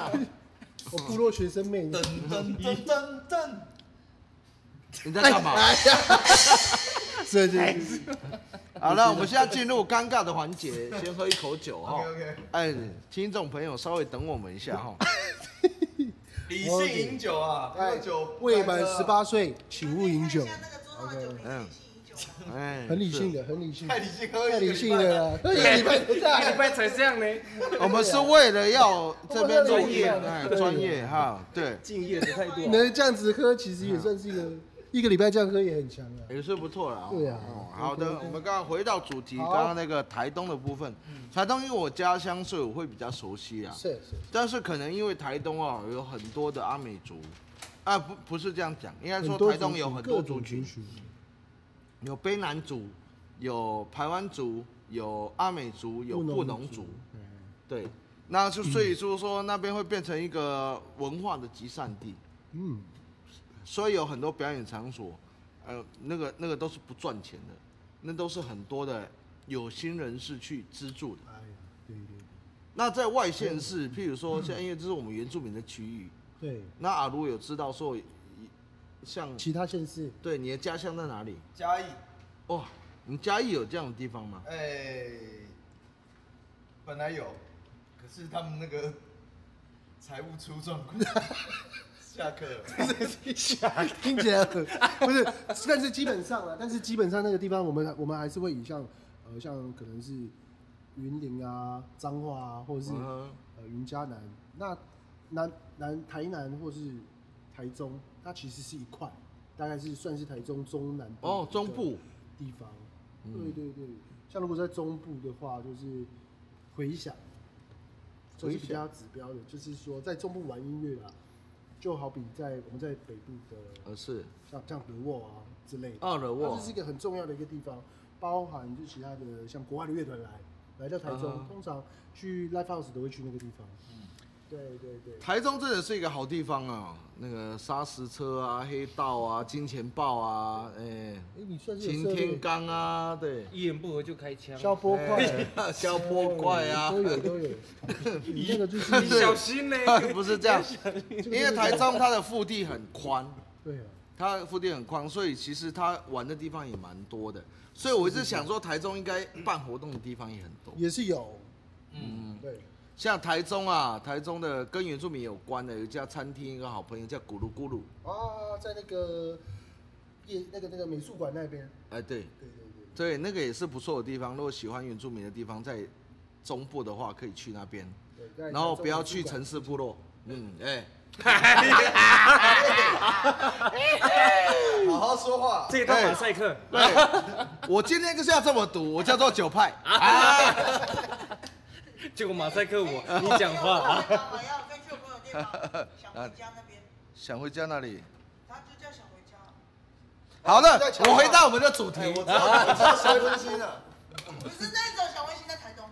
A: 我部落学生妹，
D: 噔噔噔噔噔，
B: 你在干嘛？
A: 哎这
B: 哎
A: 这
B: 好了，我们现在进入尴尬的环节，先喝一口酒
A: 哦
B: 哈
D: OK，OK。
B: 哎，听众朋友稍微等我们一下哈。
D: 理性饮酒啊，喝酒
A: 未满十，八岁请勿饮酒
B: 哎
F: 看一，下那个桌上的酒
B: 嗯
F: 瓶，理性哎饮酒吗？
B: 哎，
A: 很理性的，很理性，
D: 太理性喝一个
A: 太
D: 礼拜
A: 理性的啦，那一个礼拜都
C: 下
A: 在
C: 礼。拜才这样呢，
B: 我们是为了要
A: 啊
B: 这边录
A: 专业
B: 音，哎，专业哈，对，
C: 敬业的态度啊。
A: 能这样子喝，其实也算是一 个一个礼拜这样喝也很强啊。
B: 也是不错了。
A: 对啊
B: 哦好的，
A: OK，OK
B: 我们刚刚回到主题，
A: 好嗯
B: 刚刚那个台东的部分，台东因为我家乡，所以我会比较熟悉啊。
A: 是是，
B: 但是可能因为台东啊有很多的阿美族，啊不不是这样讲，应该
A: 很
B: 说
A: 多
B: 台东有很多
A: 各
B: 族
A: 种
B: 群
A: 群，，
B: 有卑南族，有排湾族，有阿美族，有布农族，对，那就所以说说那边会变成一个文化的集散地，
A: 嗯，
B: 所以有很多表演场所，呃，那个那个都是不赚钱的，那都是很多的有心人士去资助的。
A: 哎呀，对对
B: 那在外县市，
A: 嗯
B: 譬如说像因为这是我们原住民的区域，
A: 对，对
B: 那阿如有知道说，一像
A: 其他县市
B: 对你的家乡在哪里？
D: 嘉义，
B: 哇，你嘉义有这样的地方吗？
D: 哎，本来有，可是他们那个财务出状况， 下课 了。
A: 听起来很不是，但是基本上啊，但是基本上那个地方，我们我们还是会以像呃像可能是云林啊、彰化啊，或者是
B: 嗯哼
A: 呃云嘉南，那南南台南或是台中，它其实是一块，大概是算是台中中南部
B: 哦，中
A: 的
B: 部
A: 地方。
B: 嗯
A: 对对对，像如果在中部的话，就是回响，这是比较指标的，就是说在中部玩音乐啊，就好比在我们在北部的
B: 而呃是
A: 像像德沃啊之类的，
B: 二了
A: 它
B: 沃
A: 这，是一个很重要的一个地方，包含就其他的像国外的乐团来来到台中
B: 啊哈嗯
A: 通常去 live house 都会去那个地方。对对对，
B: 台中真的是一个好地方啊，那个砂石车啊、黑道啊、金钱豹啊，哎、
A: 哎、你算是有
B: 擎
A: 涉猎
B: 天刚啊，对，
C: 一言不合就开枪，
A: 消波块、啊
B: 哎消波块啊
A: 对都有都有。你那个就
C: 你
A: 是
C: 小心呢、
B: 哎不是这样，因为台中它的腹地很宽，
A: 对啊，
B: 它的腹地很宽，所以其实它玩的地方也蛮多的。所以我一直想说，台中应该办活动的地方也很多。
A: 也是有，嗯，对，
B: 像台中啊，台中的跟原住民有关的有一家餐厅，一个好朋友叫咕噜咕噜，
A: 啊，在那个夜那个那个美术馆那边，
B: 哎，对，
A: 对对对，
B: 对，那个也是不错的地方。如果喜欢原住民的地方，在中部的话，可以去那边，
A: 对在
B: 然后
A: 台中
B: 不要
A: 美术
B: 去
A: 馆
B: 城市部落。嗯，哎，
D: 好好说话。
C: 这一套马赛克，
B: 哎我今天就是要这么读，我叫做九派。啊
C: 结果马赛克我，你讲话 啊，
F: 我要再去我朋友地方，想回家那边，
B: 想回家那里。
F: 他就叫想回家。
B: 好的
D: 在，抢
B: 我回
D: 话
B: 到我们的主题
D: 哎，。我知道，我知道谁分心了。
F: 不是那种想回心在台东，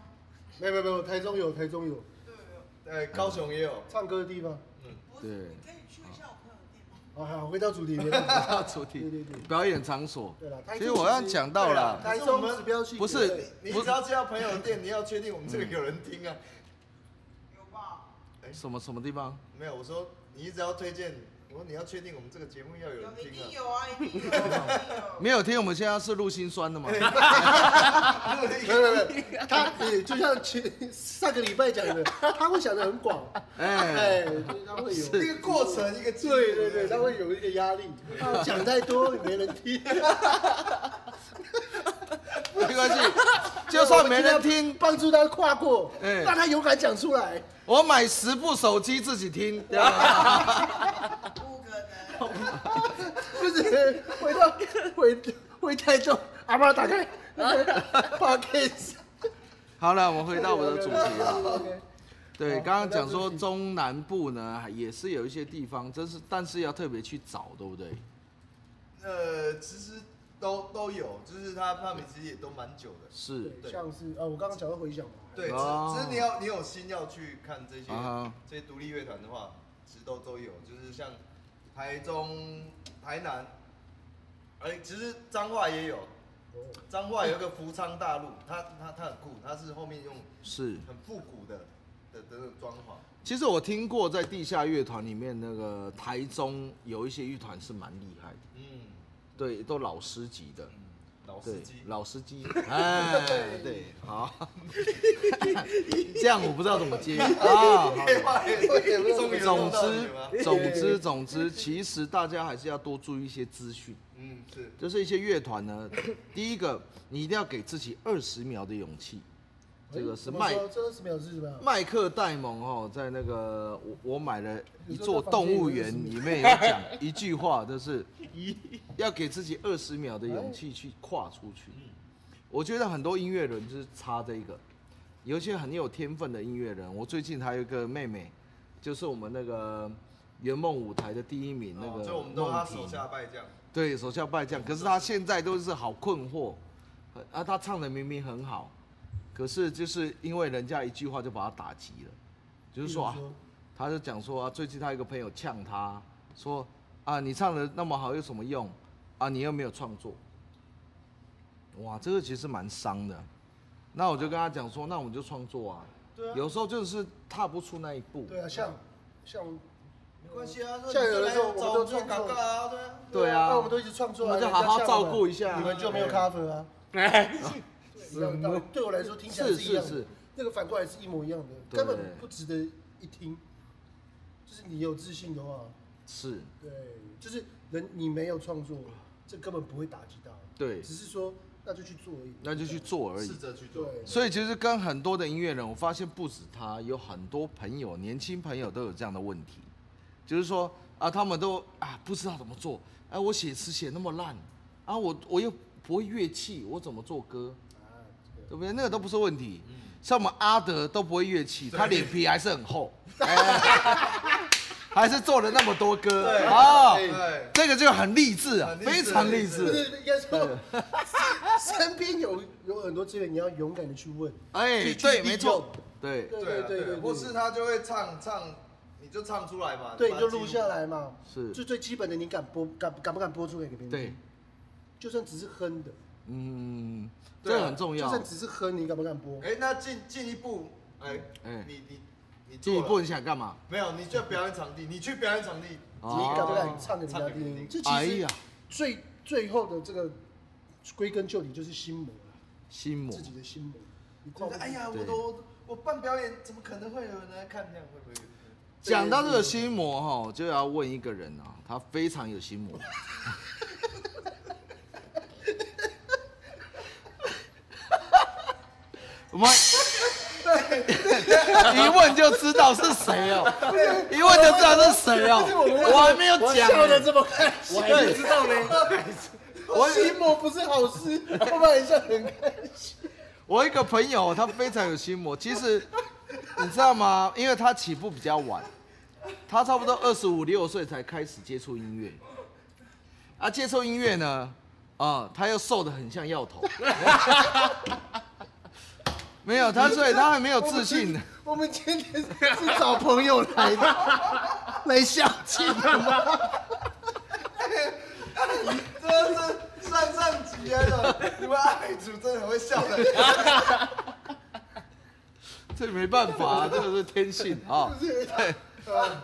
A: 没有没有没有，台中有台中有
F: 对对对，
D: 对，哎高雄也有。
A: 唱歌的地方。
F: 不
B: 对
F: 是，你可以去一下我朋友的地方。
A: 啊，好，回到主题。回到
B: 到主题
A: 对对对，
B: 表演场所。
A: 对了，台
B: 其
A: 中
B: 实我刚刚讲到了，
A: 台中指标性
B: 不是
A: 对
D: 你只要介绍朋友的店，你要确定我们这个有人听啊。
F: 有吧？
B: 什么什么地方？
D: 没有，我说你一直要推荐，我说你要确定我们这个节目要有
F: 有
D: 人，
F: 一定
D: 听
F: 有啊，一定有，一定有。
B: 没有听我们现在是录心酸的嘛？
D: 啊。
A: 没有没有没有，他也就像前上个礼拜讲的，他会想的很广，
B: 哎，
A: 哎，就是他会有，
D: 这个过程一个记忆
A: 对对对，他会有一个压 力，讲太多也没人听，
B: 没关系， 就算没人听，
A: 帮助他跨过，
B: 哎
A: 让他勇敢讲出 来。
B: 我买十部手机自己听，对吧？
F: 不可能，
A: 不是回到回回台中，阿妈打开 p o d c a s
B: 好了，我回到我的主题啊了。
A: 了。
B: 对，
D: 哦
A: 好
B: 刚刚讲
A: 回到主
B: 说
A: 题
B: 中南部呢，也是有一些地方，真是但是要特别去找，对不对？
D: 呃，其实都都有，就是他他们其实也都蛮久的。
B: 是，
A: 对，像是呃，我刚刚讲到回响嘛，
D: 对，只
B: 哦
D: 只是你要你有心要去看这些、
B: 啊哈
D: 这些独立乐团的话，其实都都有，就是像台中、台南，哎、其实彰化也有，彰化有一个福昌大陆，它它它很酷，它是后面用
B: 是。
D: 很复古的的的那种装潢，
B: 其实我听过，在地下乐团里面，那个台中有一些乐团是蛮厉害的，
D: 嗯，
B: 对，都老师级的。
D: 老司
B: 对
D: 机，，
B: 老司机，哎，对， 好，这样我不知道怎么接啊。好
D: 废话 也对终于
B: 总
D: 弄到你了
B: 之，总之，总之，其实大家还是要多注意一些资讯，
D: 嗯，是，
B: 就是一些乐团呢， 第一个，你一定要给自己二十秒的勇气，这
A: 哎
B: 个是麦
A: 麦，这二十秒是什么样？
B: 麦克戴蒙哦，在那个我我买了
A: 你
B: 一座
A: 说在房
B: 动
A: 间
B: 物
A: 里面
B: 园
A: 是不
B: 里面有 讲一句话，就是要给自己二十秒的勇气去跨出去。
A: 哎
B: 我觉得很多音乐人就是差这一个，有一些很有天分的音乐人。我最近还有一个妹妹，就是我们那个圆梦舞台的第一名那
D: 哦
B: 个
D: 就我们都他
B: 梦
D: 手
B: 婷，
D: 下败将，
B: 对手下败将。可是她现在都是好困惑，很啊，她唱的明明很好，可是就是因为人家一句话就把她打击了，就是说啊
A: 比如说，
B: 他就讲说啊，最近他一个朋友呛他说啊，你唱的那么好有什么用啊？你又没有创作，哇，这个其实蛮伤的。那我就跟他讲说，那我们就创作啊。
D: 对啊
B: 有时候就是踏不出那一步。
A: 对啊，像像
D: 没关系啊，
A: 像有的时候我们
D: 找
A: 都
D: 做
A: 创
D: 广
A: 作
D: 告啊，对啊，
B: 对啊
A: 那我们都一直创作啊，
B: 那就好好照顾一下哎
A: 你们就没有 cover 啊。
C: 哎
A: 一样的道理对我来说听起来
B: 是
A: 一样
B: 是
A: 的
B: 是，
A: 那个反过来是一模一样的，
B: 对
A: 根本不值得一听。就是你有自信的话，
B: 是，
A: 对，就是人你没有创作，这根本不会打击到。
B: 对
A: 只是说那就去做而已。
B: 那就去做而已
D: 试。着去做，
A: 对，
B: 所以其实跟很多的音乐人，我发现不止他，有很多朋友、年轻朋友都有这样的问题，就是说啊，他们都啊不知道怎么做，哎、我写词写那么烂，啊我我又不会乐器，我怎么做歌？
A: 啊，这个
B: 对不对？那个都不是问题。像我们阿德都不会乐器，他脸皮还是很 厚，哎还是做了那么多歌
D: 对
B: 哦
D: 对
B: 这个就很励志啊，
D: 很励志
B: 非常励
A: 不
B: 志。
A: 是应该说， 身边有有很多资源，你要勇敢的去问。
B: 哎，
A: 去去
B: 对，
A: 利
B: 没错
A: 用，
B: 对，
A: 对
D: 对
A: 对
D: 啊
A: 对
D: 对
A: 对，
D: 啊，或是他就会唱唱，你就唱出来嘛，
A: 对
D: 把
A: 你就
D: 它记
A: 录下来嘛，
B: 是
A: 就最基本的，你敢播敢敢不敢播出来给别人？
B: 对，，
A: 就算只是哼的，
B: 嗯，
D: 对啊
B: 这个很重
A: 就
B: 要
A: 算。只是哼，你敢不敢播？
D: 哎，那进进一步，哎
B: 哎，
D: 你你你
B: 进
D: 做
B: 一
D: 了
B: 步你想干嘛？
D: 没有？你就表演场地，你去表演场地，
A: 你敢不
B: 哦
A: 敢唱给人
D: 唱
A: 家
D: 给别人
A: 听？这
B: 哎
A: 其实
B: 呀，
A: 最最后的这个归根究底就是心魔了，
B: 心魔
A: 自己的心魔。你跨不
D: 就是
A: 过
D: 哎呀，
B: 对
D: 我都我办表演，怎么可能会有人来看这样？会不会？
B: 讲到这个心魔哈，我就要问一个人啊，他非常有心魔。我们一问就知道是谁哦，一问就知道是谁哦。我还没有
A: 我
B: 讲
A: 笑的
B: 呢，
A: 这么开心，
B: 我还不
A: 知道呢。我心魔不是好事，我本来笑得很开心。
B: 我一个朋友他非常有心魔，其实 你知道吗？因为他起步比较晚，他差不多二十五六岁才开始接触音乐，啊，接触音乐呢，啊、他又瘦的很像药头， 没有他，所以他还没有 自信呢。
A: 我们今天是找朋友来的， 来相亲的吗？
D: 真的是上上级啊！的，你们爱主真的很会笑的。
B: 这没办法、啊，这个是天性 啊、对，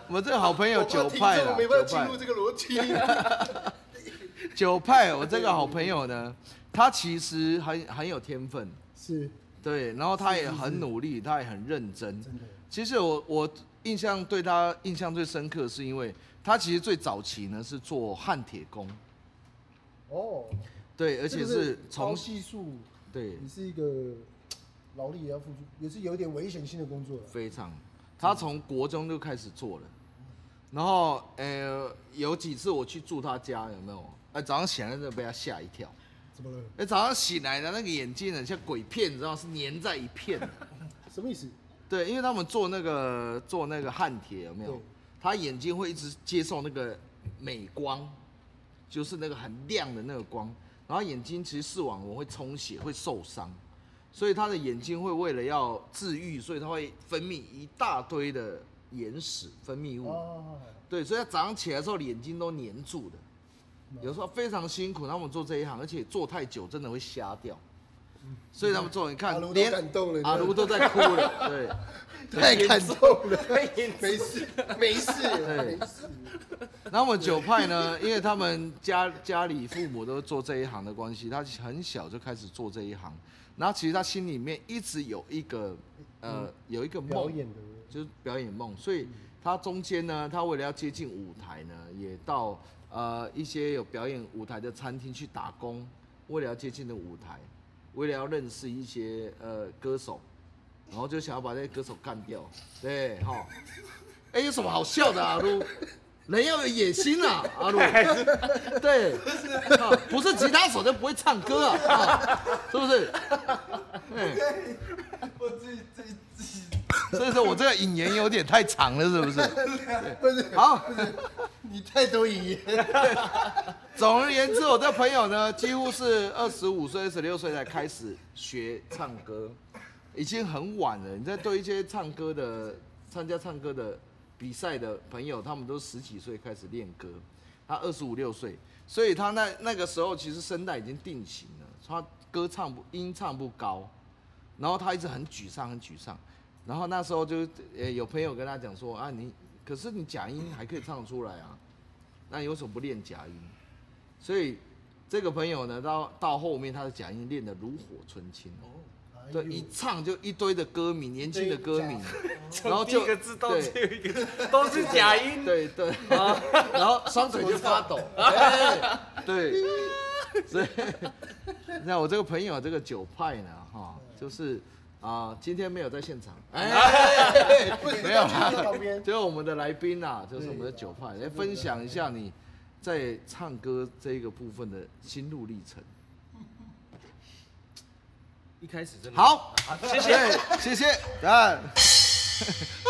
B: 我们这个好朋友九派
A: 我
B: 了，
A: 没办法
B: 九
A: 进
B: 派
A: 入这个逻辑。
B: 九派，我这个好朋友呢，他其实很很有天分，
A: 是
B: 对，然后他也很努力，他也很认真。
A: 真的，
B: 其实我我印象对他印象最深刻，是因为他其实最早期呢是做焊铁工，
A: 哦，
B: 对，而
A: 而
B: 且是从
A: 系数，
B: 对
A: 你是一个劳力也要付出，也是有一点危险性的工作了。
B: 非常，他从国中就开始做了，然后呃有几次我去住他家，有没有？哎，早上起来真的被他吓一跳。
A: 怎么了？
B: 哎，早上醒来的那个眼睛很像鬼片，你知道吗是粘在一片的。
A: 什么意思？
B: 对，因为他们做那个做那个焊铁有没有
A: 对？
B: 他眼睛会一直接受那个美光，就是那个很亮的那个光，然后眼睛其实视网膜会充血，会受伤，所以他的眼睛会为了要治愈，所以他会分泌一大堆的眼屎分泌物。
A: 哦，
B: 对，所以他早上起来的时候眼睛都黏住的，
A: 嗯
B: 有时候非常辛苦。他们做这一行，而且做太久真的会瞎掉，所以他们做，你
A: 嗯阿卢
B: 看
A: 都
B: 啊连
A: 感动了，你知道
B: 阿
A: 吗
B: 卢都在哭了，对。
A: 太感动了，
C: 哎
A: 没事，没事，没事。
B: 那我们九派呢，因为他们家家里父母都做这一行的关系，他很小就开始做这一行。然后其实他心里面一直有一个呃有一个
A: 表
B: 梦，
A: 演的，
B: 就是表演梦。所以他中间呢，他为了要接近舞台呢，也到呃一些有表演舞台的餐厅去打工，为了要接近的舞台，为了要认识一些呃歌手，然后就想要把那些歌手干掉。对，哈、哎、有什么好笑的啊阿鲁？人要有野心啊，阿鲁。对、啊不是吉他手就不会唱歌啊，啊是不是？哎
D: 我自己自己自己，
B: 所以说我这个引言有点太长了，是不是？
A: 不是
B: 好，
A: 你太多语言，
B: 总而言之，我这朋友呢，几乎是二十五岁、二十六岁才开始学唱歌，已经很晚了。你在对一些唱歌的、参加唱歌的比赛的朋友，他们都十几岁开始练歌，他二十五六岁，所以他那那个时候其实声带已经定型了，他歌唱不音唱不高，然后他一直很沮丧，很沮丧。然后那时候就呃有朋友跟他讲说啊，你可是你假音还可以唱出来啊，那你为什么不练假音？所以这个朋友呢，到到后面他的假音练得炉火纯青，哦
A: 哎哦
B: 对，一唱就一堆的歌迷，年轻的歌迷，然后
C: 从第
B: 就
C: 一个字到
B: 对
C: 最后一个字都是假音。
B: 对对，然后双腿就发抖，哎对，所以那我这个朋友这个九派呢，哈，
A: 嗯
B: 就是啊、今天没有在现场，哎， 没有啦
A: 在旁边
B: 就是我们的来宾啊，就是我们的九派，来分享一下你在唱歌这个部分的心路历程。
C: 一开始真的
B: 好，谢谢，
A: 哎
B: 谢谢， 啊，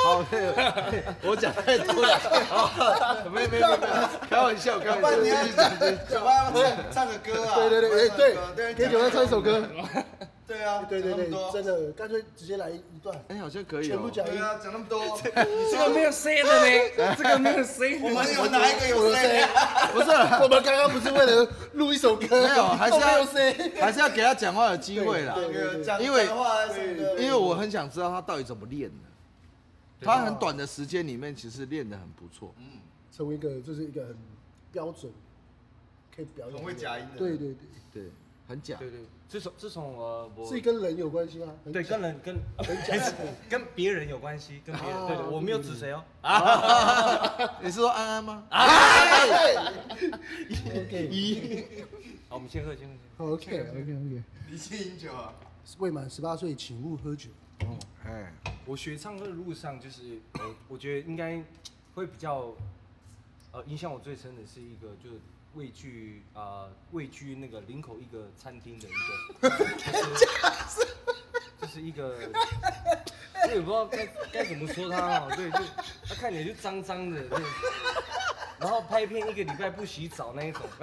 B: 好累哦， 我讲太 多了，没有没有没有，没有开玩笑，开玩
D: 不然
B: 笑，
D: 你要
B: 继续讲，继续
D: 酒吧唱唱个歌啊！
A: 对对对，
D: 不
A: 哎
D: 然唱个歌
A: 对，给九哥唱一首歌，
D: 对啊，
A: 对对
D: 讲那
A: 对，
D: 么多
A: 真的，干脆直接来一段，
B: 哎，好像可以
A: 全
B: 哦
A: 部，讲一
D: 对，啊，讲那么多，
C: 这个没有 C 的呢，这个没有 C 的。
D: 我们有哪一个有谁？
B: 不是 啦，
A: 我们刚刚不是为了录一首歌，
B: 没有，还是
A: 都没有
B: 要
A: 谁，
B: 还是要给他讲话的机会啦，
A: 对
D: 那个讲
B: 因为
D: 讲话什么的，
B: 因为我很想知道他到底怎么练的。他很短的时间里面，其实练得很不错。
A: 嗯成为一个就是一个很标准，可以表演的，
D: 很会假音的
A: 对对对，
B: 对，很假。
C: 对对，自从自从我我
A: 是跟人有关系吗？
C: 对跟人跟跟别人有关系，跟别人对，对我没有指谁哦。
B: 你是说安安吗？
A: 啊，OK
C: 好，我们先喝，先喝，先喝。
A: OK OK OK，
D: 你去饮酒啊？
A: 未满十八岁请勿喝酒，
B: 哎，
C: 我学唱歌的路上，就是我我觉得应该会比较，呃，影响我最深的是一个就是位居啊、呃、位居那个林口一个餐厅的一 个，就是就是一个，我也不知道该该怎么说他哦，对，就他看起来就脏脏的，对，然后拍片一个礼拜不洗澡那一种，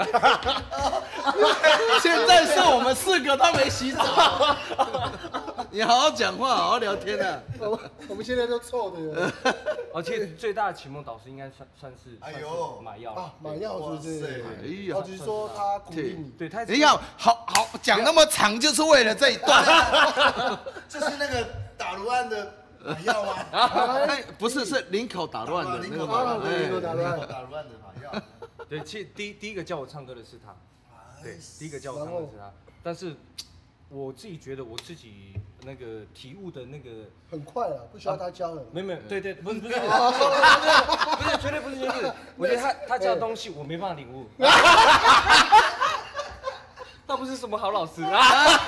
B: 现在是我们四个都没洗 澡。你好好讲话，好好聊天啊。
A: 我们我们现在都臭的人
C: 而且哦最大的启蒙导师应该算算是
D: 哎
C: 算是
D: 呦
C: 马耀
A: 啊
C: 了，，
A: 买药是不
D: 哇塞
A: 是？
B: 哎
A: 哦，
B: 呀
A: 就，是说他鼓励你，
C: 对，他
B: 你要好好讲那么长，就是为了这一段。
D: 就是那个打卢案的马药吗？
B: 哎，不是，是领口打乱 的
D: 林
B: 那个
D: 口
B: 嘛。
A: 乱
B: 哎
A: 林口打乱
D: 打卢案的马药。
C: 对，其实第第一个叫我唱歌的是他，对，第一个叫我唱歌的是他。但是我自己觉得我自己那个体悟的那个，呃
A: 很快了，不需要他教了。
C: 啊没有没有，对对，不是 不是，不是不是，绝对不是绝对不 是。我觉得他他教的东西我没办法领 悟，他不是什么好老师啊。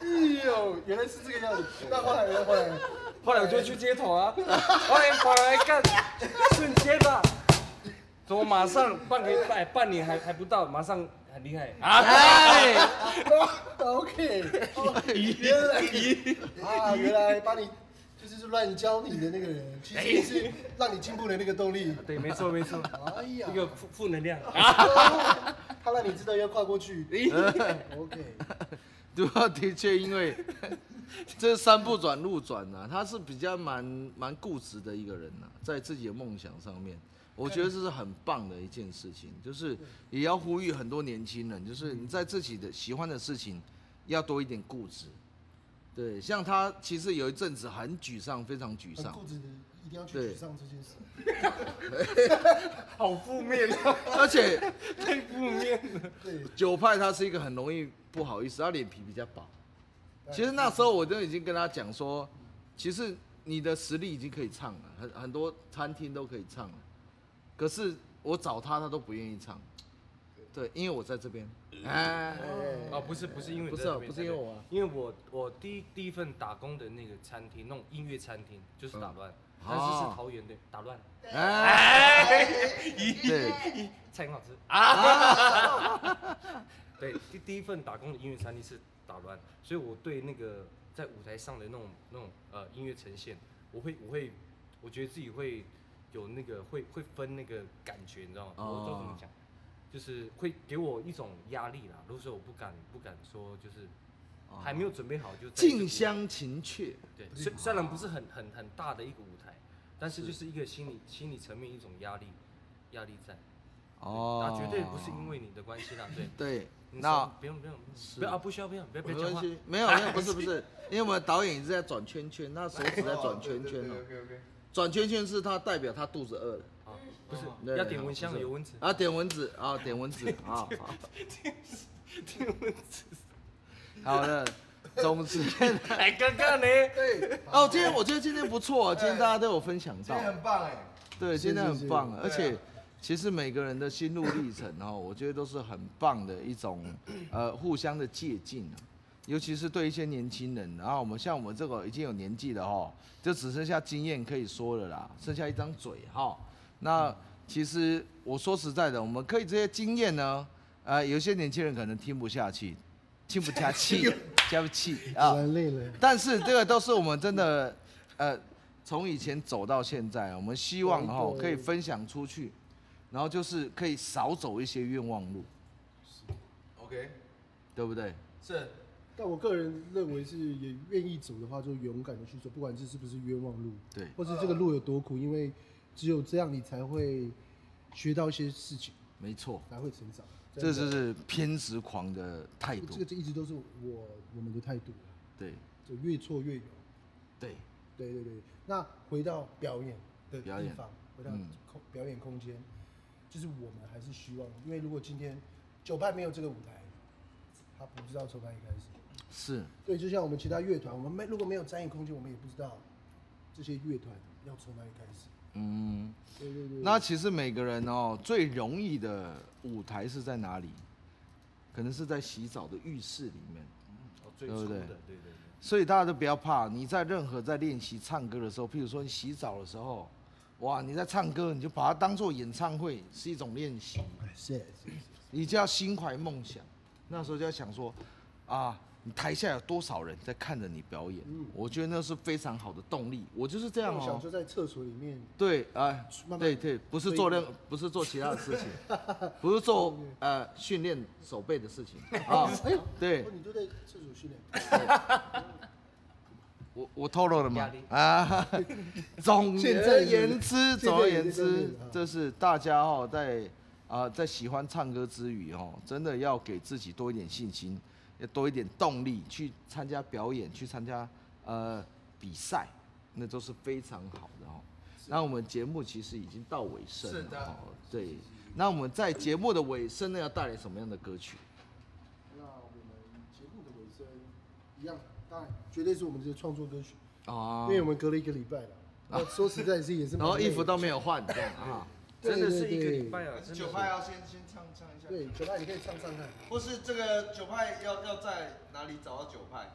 A: 哎呦，原来是这个样子。那后来呢？后来呢
C: 后来我就去街头啊，后来跑来干，瞬间的，怎么马上半个月半半年还还不到，马上很厉害啊！
B: 哎，
A: ，OK，哦原来啊，原来把你就是乱教你的那个人，其实是让你进步的那个动力。
C: 对，没错没 错，
A: 哎呀
C: 一，个负负能量。
A: 他让你知道要跨过 去。OK，嗯
B: 对啊，的确，因为这三不转路转呐、他是比较蛮蛮固执的一个人呐、在自己的梦想上面，我觉得这是很棒的一件事情，就是也要呼吁很多年轻人，就是
A: 嗯
B: 你在自己的喜欢的事情要多一点固执。对，像他其实有一阵子很沮丧，非常沮
A: 很
B: 丧
A: 固。执的，一定要去
B: 对
A: 沮丧这件事。
C: 好负面啊，
B: 而且
C: 太负面了。
A: 对，
B: 九派他是一个很容易不好意思，他脸皮比较薄。其实那时候我就已经跟他讲说，其实你的实力已经可以唱了，很很多餐厅都可以唱了。可是我找他，他都不愿意唱。对，因为我在这边。
C: 呃
B: 哎，
C: 哦，不是不是因为
B: 不
C: 你
B: 是
C: 在
B: 啊
C: 那边
B: 不是因为我啊，
C: 因为我我第一第一份打工的那个餐厅，那种音乐餐厅就是打乱，但是
B: 哦
C: 是桃园的打乱，
B: 哎，对，
C: 菜很好吃啊。对，第第一份打工的音乐餐厅是打乱，所以我对那个在舞台上的那种那种呃音乐呈现，我会我会我觉得自己会有那个会会分那个感觉，你知道吗？
B: 哦
C: 我都怎么讲？就是会给我一种压力啦。如果说我不敢不敢说，就是还没有准备好就在这个舞
B: 近乡情怯。
C: 对，虽虽然不是很很很大的一个舞台，但是就是一个心理心理层面一种压力压力在。
B: 哦
C: 那绝对不是因为你的关系啦， 对。
B: 对，
C: 你
B: 那
C: 说不用不用，不要啊，不需要不用，不要不
B: 没
C: 要讲
B: 关
C: 话。
B: 系，没有没有，不是不是，因为我们导演一直在转圈圈，他手指在转圈圈哦。
D: OK OK。
B: 转圈圈是他代表他肚子饿了。
C: 啊，不
B: 哦对
C: 是要点蚊香，有 蚊子。
B: 啊，点蚊子啊，点蚊子啊，好
C: 点蚊子。
B: 好的，总之，
C: 哎，刚刚呢？
B: 哦，今天我觉得今天不错啊，今天大家都有分享
D: 今
B: 到
D: 天，很棒哎、
B: 对，今天很棒啊，而
D: 是是对啊
B: 且其实每个人的心路历程哦，我觉得都是很棒的一种呃互相的借鉴啊。尤其是对一些年轻人，然后我们像我们这个已经有年纪了哈，就只剩下经验可以说了啦，剩下一张嘴哈。那其实我说实在的，我们可以这些经验呢，呃，有些年轻人可能听不下去，听不下 去，加不气啊。
A: 人累了，
B: 但是这个都是我们真的，呃，从以前走到现在，我们希望哈、
A: 对对
B: 可以分享出去，然后就是可以少走一些冤枉路，
D: OK，
B: 对不对？
D: 是
A: 但我个人认为是也愿意走的话，就勇敢的去走，不管这是不是冤枉路，
B: 对
A: 或是这个路有多苦，因为只有这样你才会学到一些事情，
B: 没错，
A: 才会成长。
B: 这
A: 真
B: 就
A: 的
B: 是偏执狂的态
A: 这个
B: 度。
A: 这一直都是我我们的态度，啊
B: 对
A: 就越挫越勇。
B: 对，
A: 对对对，那回到表演的
B: 表
A: 地
B: 演
A: 方，回到
B: 嗯
A: 空、表演空间，就是我们还是希望，因为如果今天九班没有这个舞台，他不知道从哪里开始。
B: 是
A: 对，就像我们其他乐团，我们没如果没有展演空间，我们也不知道这些乐团要从哪里开始。
B: 嗯。
A: 对对对，
B: 那其实每个人哦，最容易的舞台是在哪里？可能是在洗澡的浴室里面。
C: 哦，最
B: 对不
C: 初
B: 对
C: 的，对对对，
B: 所以大家都不要怕，你在任何在练习唱歌的时候，譬如说你洗澡的时候，哇，你在唱歌，你就把它当做演唱会是一种练习，
A: 哎是是
B: 你就要心怀梦想。那时候就要想说，啊，你台下有多少人在看着你表演？
A: 嗯
B: 我觉得那是非常好的动力。我就是
A: 这
B: 这样
A: 想
B: 哦
A: 就。在厕所里面，
B: 对，啊，
A: 慢慢
B: 对对，不是
A: 推
B: 做任，不是做其他的事情， 不是做呃训练手背的事情啊。
A: 哎呦，
B: 对
A: 哦，你都在厕所训练，
B: 我我透露了吗
C: 压力？
B: 啊， 总
A: 现
B: 而
A: 在也
B: 言之，
A: 现在
B: 总而
A: 也
B: 言
A: 在
B: 之
A: 练啊，
B: 这是大家哦，在啊、在喜欢唱歌之余哦，真的要给自己多一点信心，要多一点动力去参加表演，去参加呃比赛，那都是非常好的哦。那我们节目其实已经到尾声了
D: 是的
B: 哦，对。那我们在节目的尾声呢，要带来什么样的歌曲？
A: 那我们节目的尾声一样，当然绝对是我们的创作歌曲，
B: 哦
A: 因为我们隔了一个礼拜了。那说实在是也是蛮
B: 然后
A: 累
B: 衣
A: 的，
B: 服都没有换，这样啊。
A: 对
C: 真的
A: 对
C: 是一个
A: 对
C: 礼拜啊，真的
D: 九
C: 是
D: 派要先先唱唱一下，
A: 对，九派你可以唱唱看，
D: 或是这个九派要要在哪里找到九派？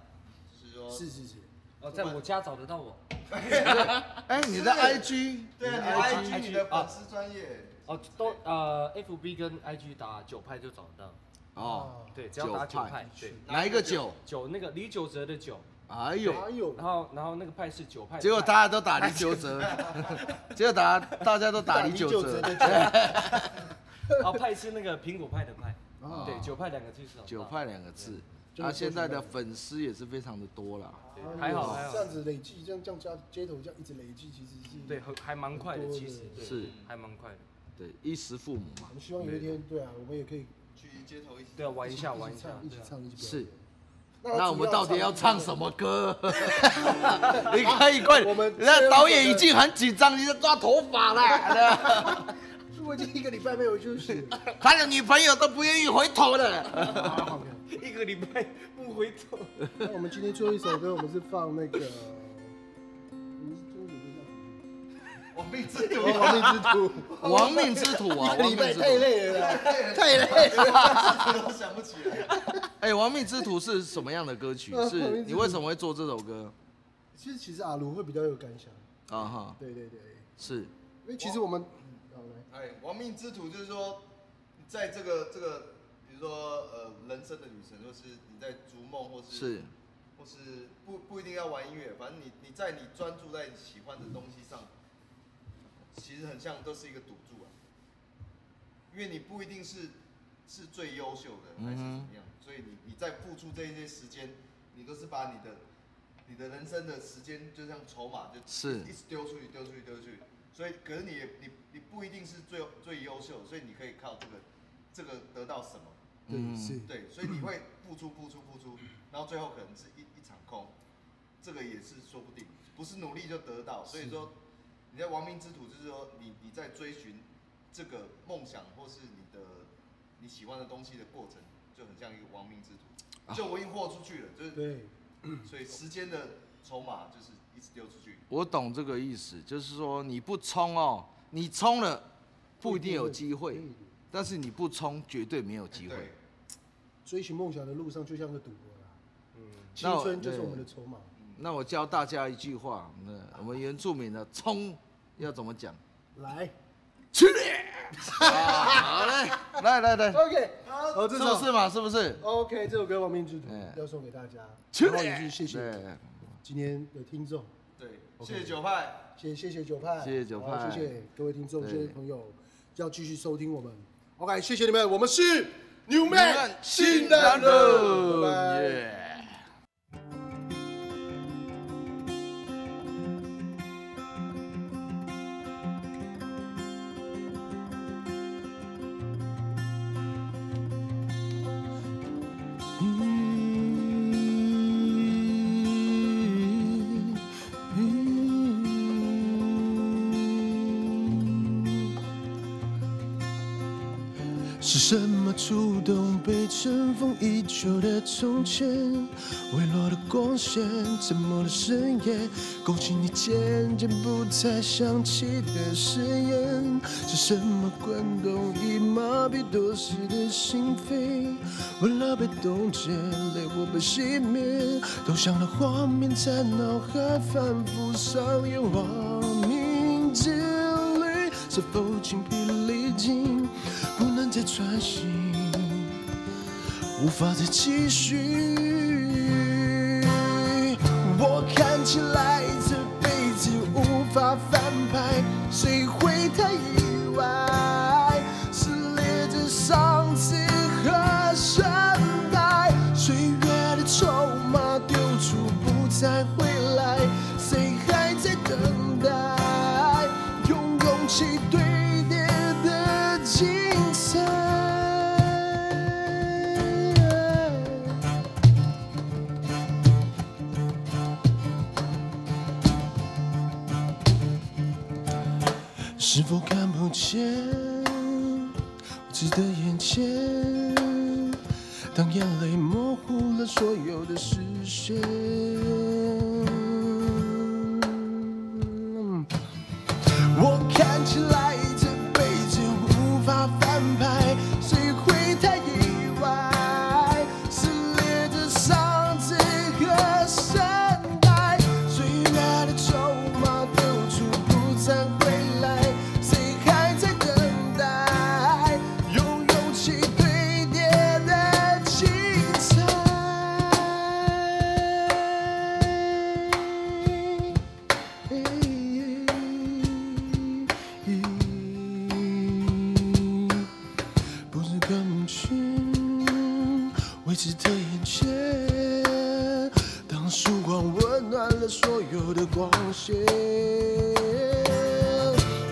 D: 就是说，
A: 是是是，
C: 哦，在我家找得到我。
B: 哎，你的
D: 是
B: IG，
D: 对
B: 你的
D: 啊，
C: IG
D: 你 IG 你的粉丝专业
C: 哦，都呃，FB 跟 IG 打九派就找得到。
A: 啊
B: 哦，
C: 对，只要打九派，对，
B: 哪一个九？
C: 九那个李九哲的九，
B: 哎呦，
A: 哪有
C: 然后然后那个派是九派的派。
B: 结果大家都打李九折，结果大家大家都打李九折，
C: 哦派是那个苹果派的派，
B: 啊
C: 对，九派两个字是找得到
B: 九派两个字，
A: 对
B: 他现在的粉丝也是非常的多啦。
C: 对还好还
A: 哎
C: 好
A: 这样子累积，这样这样加街头这样一直累积，其实是
C: 对，。很还蛮快的，
A: 很多
C: 其实
A: 的
C: 对
B: 是
C: 还蛮快的。
B: 对，衣食父母嘛
A: 我，们希望有一天，对啊，我们也可以
D: 去街头一起
C: 对啊，玩一下
A: 起
C: 玩一下
A: 唱，一起
C: 对啊
A: 唱，一起表
B: 是
A: 演。。
B: 那我们到底要唱什
A: 么？
B: 么歌？你可以快点，
A: 我们
B: 那导演已经很紧张，你在抓头发了。
A: 我已经一个礼拜没有休息了。
B: 他的女朋友都不愿意回头了。
A: 好好看
C: 一个礼拜不回头。
A: 那我们今天最后一首歌，我们是放那个，我们是最后一首歌叫什么
D: 我被制度，
A: 《亡命之徒》。
B: 亡命之徒啊，
A: 一个
B: 亡
A: 礼
B: 命
A: 拜
B: 之
A: 太
B: 徒。
A: 累了啦，
B: 太累了。
D: 我都想不起来。
B: 哎，亡命之徒是什么样的歌曲
A: 亡？命之
B: 是
A: 徒
B: 你为什么会做这首歌？
A: 其实其实阿卢会比较有感想。
B: 啊哈，
A: 对对对，
B: 是
A: 因为其实我们，嗯好来，
D: 哎，亡命之徒就是说，在这个这个，比如说呃，人生的旅程，或是你在逐梦，或是
B: 是，
D: 或是不不一定要玩音乐，反正你你在你专注在你喜欢的东西上，其实很像都是一个赌注啊，因为你不一定是是最优秀的还是怎
B: 嗯哼
D: 么样，所以你你在付出这一些时间，你都是把你的你的人生的时间就像筹码就是一直丢出去丢出去丢出去，所以可是你也你你不一定是最最优秀，所以你可以靠这个这个得到什么。
A: 对
B: 嗯
A: 是，
D: 对，所以你会付出、付出、付出，然后最后可能是一一场空，这个也是说不定，不是努力就得到。所以说，你在亡命之徒，就是说你你在追寻这个梦想或是你的你喜欢的东西的过程，就很像一个亡命之
B: 啊
D: 徒，就我已经豁出去了，就是
A: 对，
B: 嗯
D: 所以时间的筹码就是一直丢出去。
B: 我懂这个意思，就是说你不冲哦，你冲了不一定有机会，
A: 嗯
B: 但是你不冲绝对没有机会。
D: 对，
A: 追寻梦想的路上就像个赌博啦，
C: 嗯，
A: 青春就是我们的筹码。
B: 那我教大家一句 话，那我们原住民的冲要怎么讲？
A: 来，
B: 去嘞！好嘞，来来来，
A: OK，
B: 是
A: 好，这
B: 不是
A: 首
B: 嘛？是不是？
A: OK 这首歌《亡命之徒
B: 哎》
A: 要送给大家，
B: 去
A: 然后也是谢谢
B: 对
A: 今天的听众，
D: 对，谢谢九派。
A: 谢谢谢九派，
B: 谢谢九派
A: 好谢谢各位听众，
B: 对
A: 谢谢朋友，要继续收听我们。OK，谢谢你们，我们是 New Man 新男人，拜拜。
B: 耶
E: 是什么触动被尘封已久的从前？微弱的光线，沉默的深夜，勾起你渐渐不再想起的誓言。是什么滚动已麻痹多时的心扉？为了被冻结，泪火被熄灭，投降的画面在脑海反复上演。亡命之旅是否精疲力尽，不能再穿行，无法再继续。我看起来这辈子无法翻拍，谁会太意外？撕裂着上次和善待，岁月的筹码丢出不再回来，谁还在等待？用勇气堆叠的竞赛。是否看不见无知的眼前？当眼泪模糊了所有的视线。我看起来这辈子无法翻拍，谁会太意外？撕裂着上次和善待，岁月的筹码丢出不再回来，谁还在等待？用勇气堆叠的精彩。不是看不见未知的眼前，当曙光温暖了所有的光线，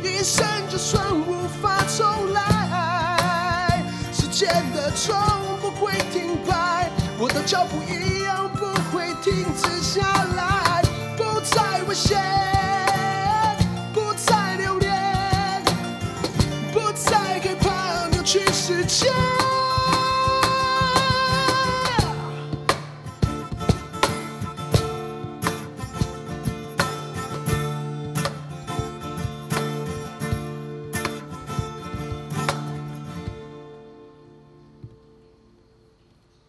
E: 一生就算无法重来，时间的钟不会停摆，我的脚步一样不会停止下来，不再危险，不再留恋。不再害怕扭曲世界。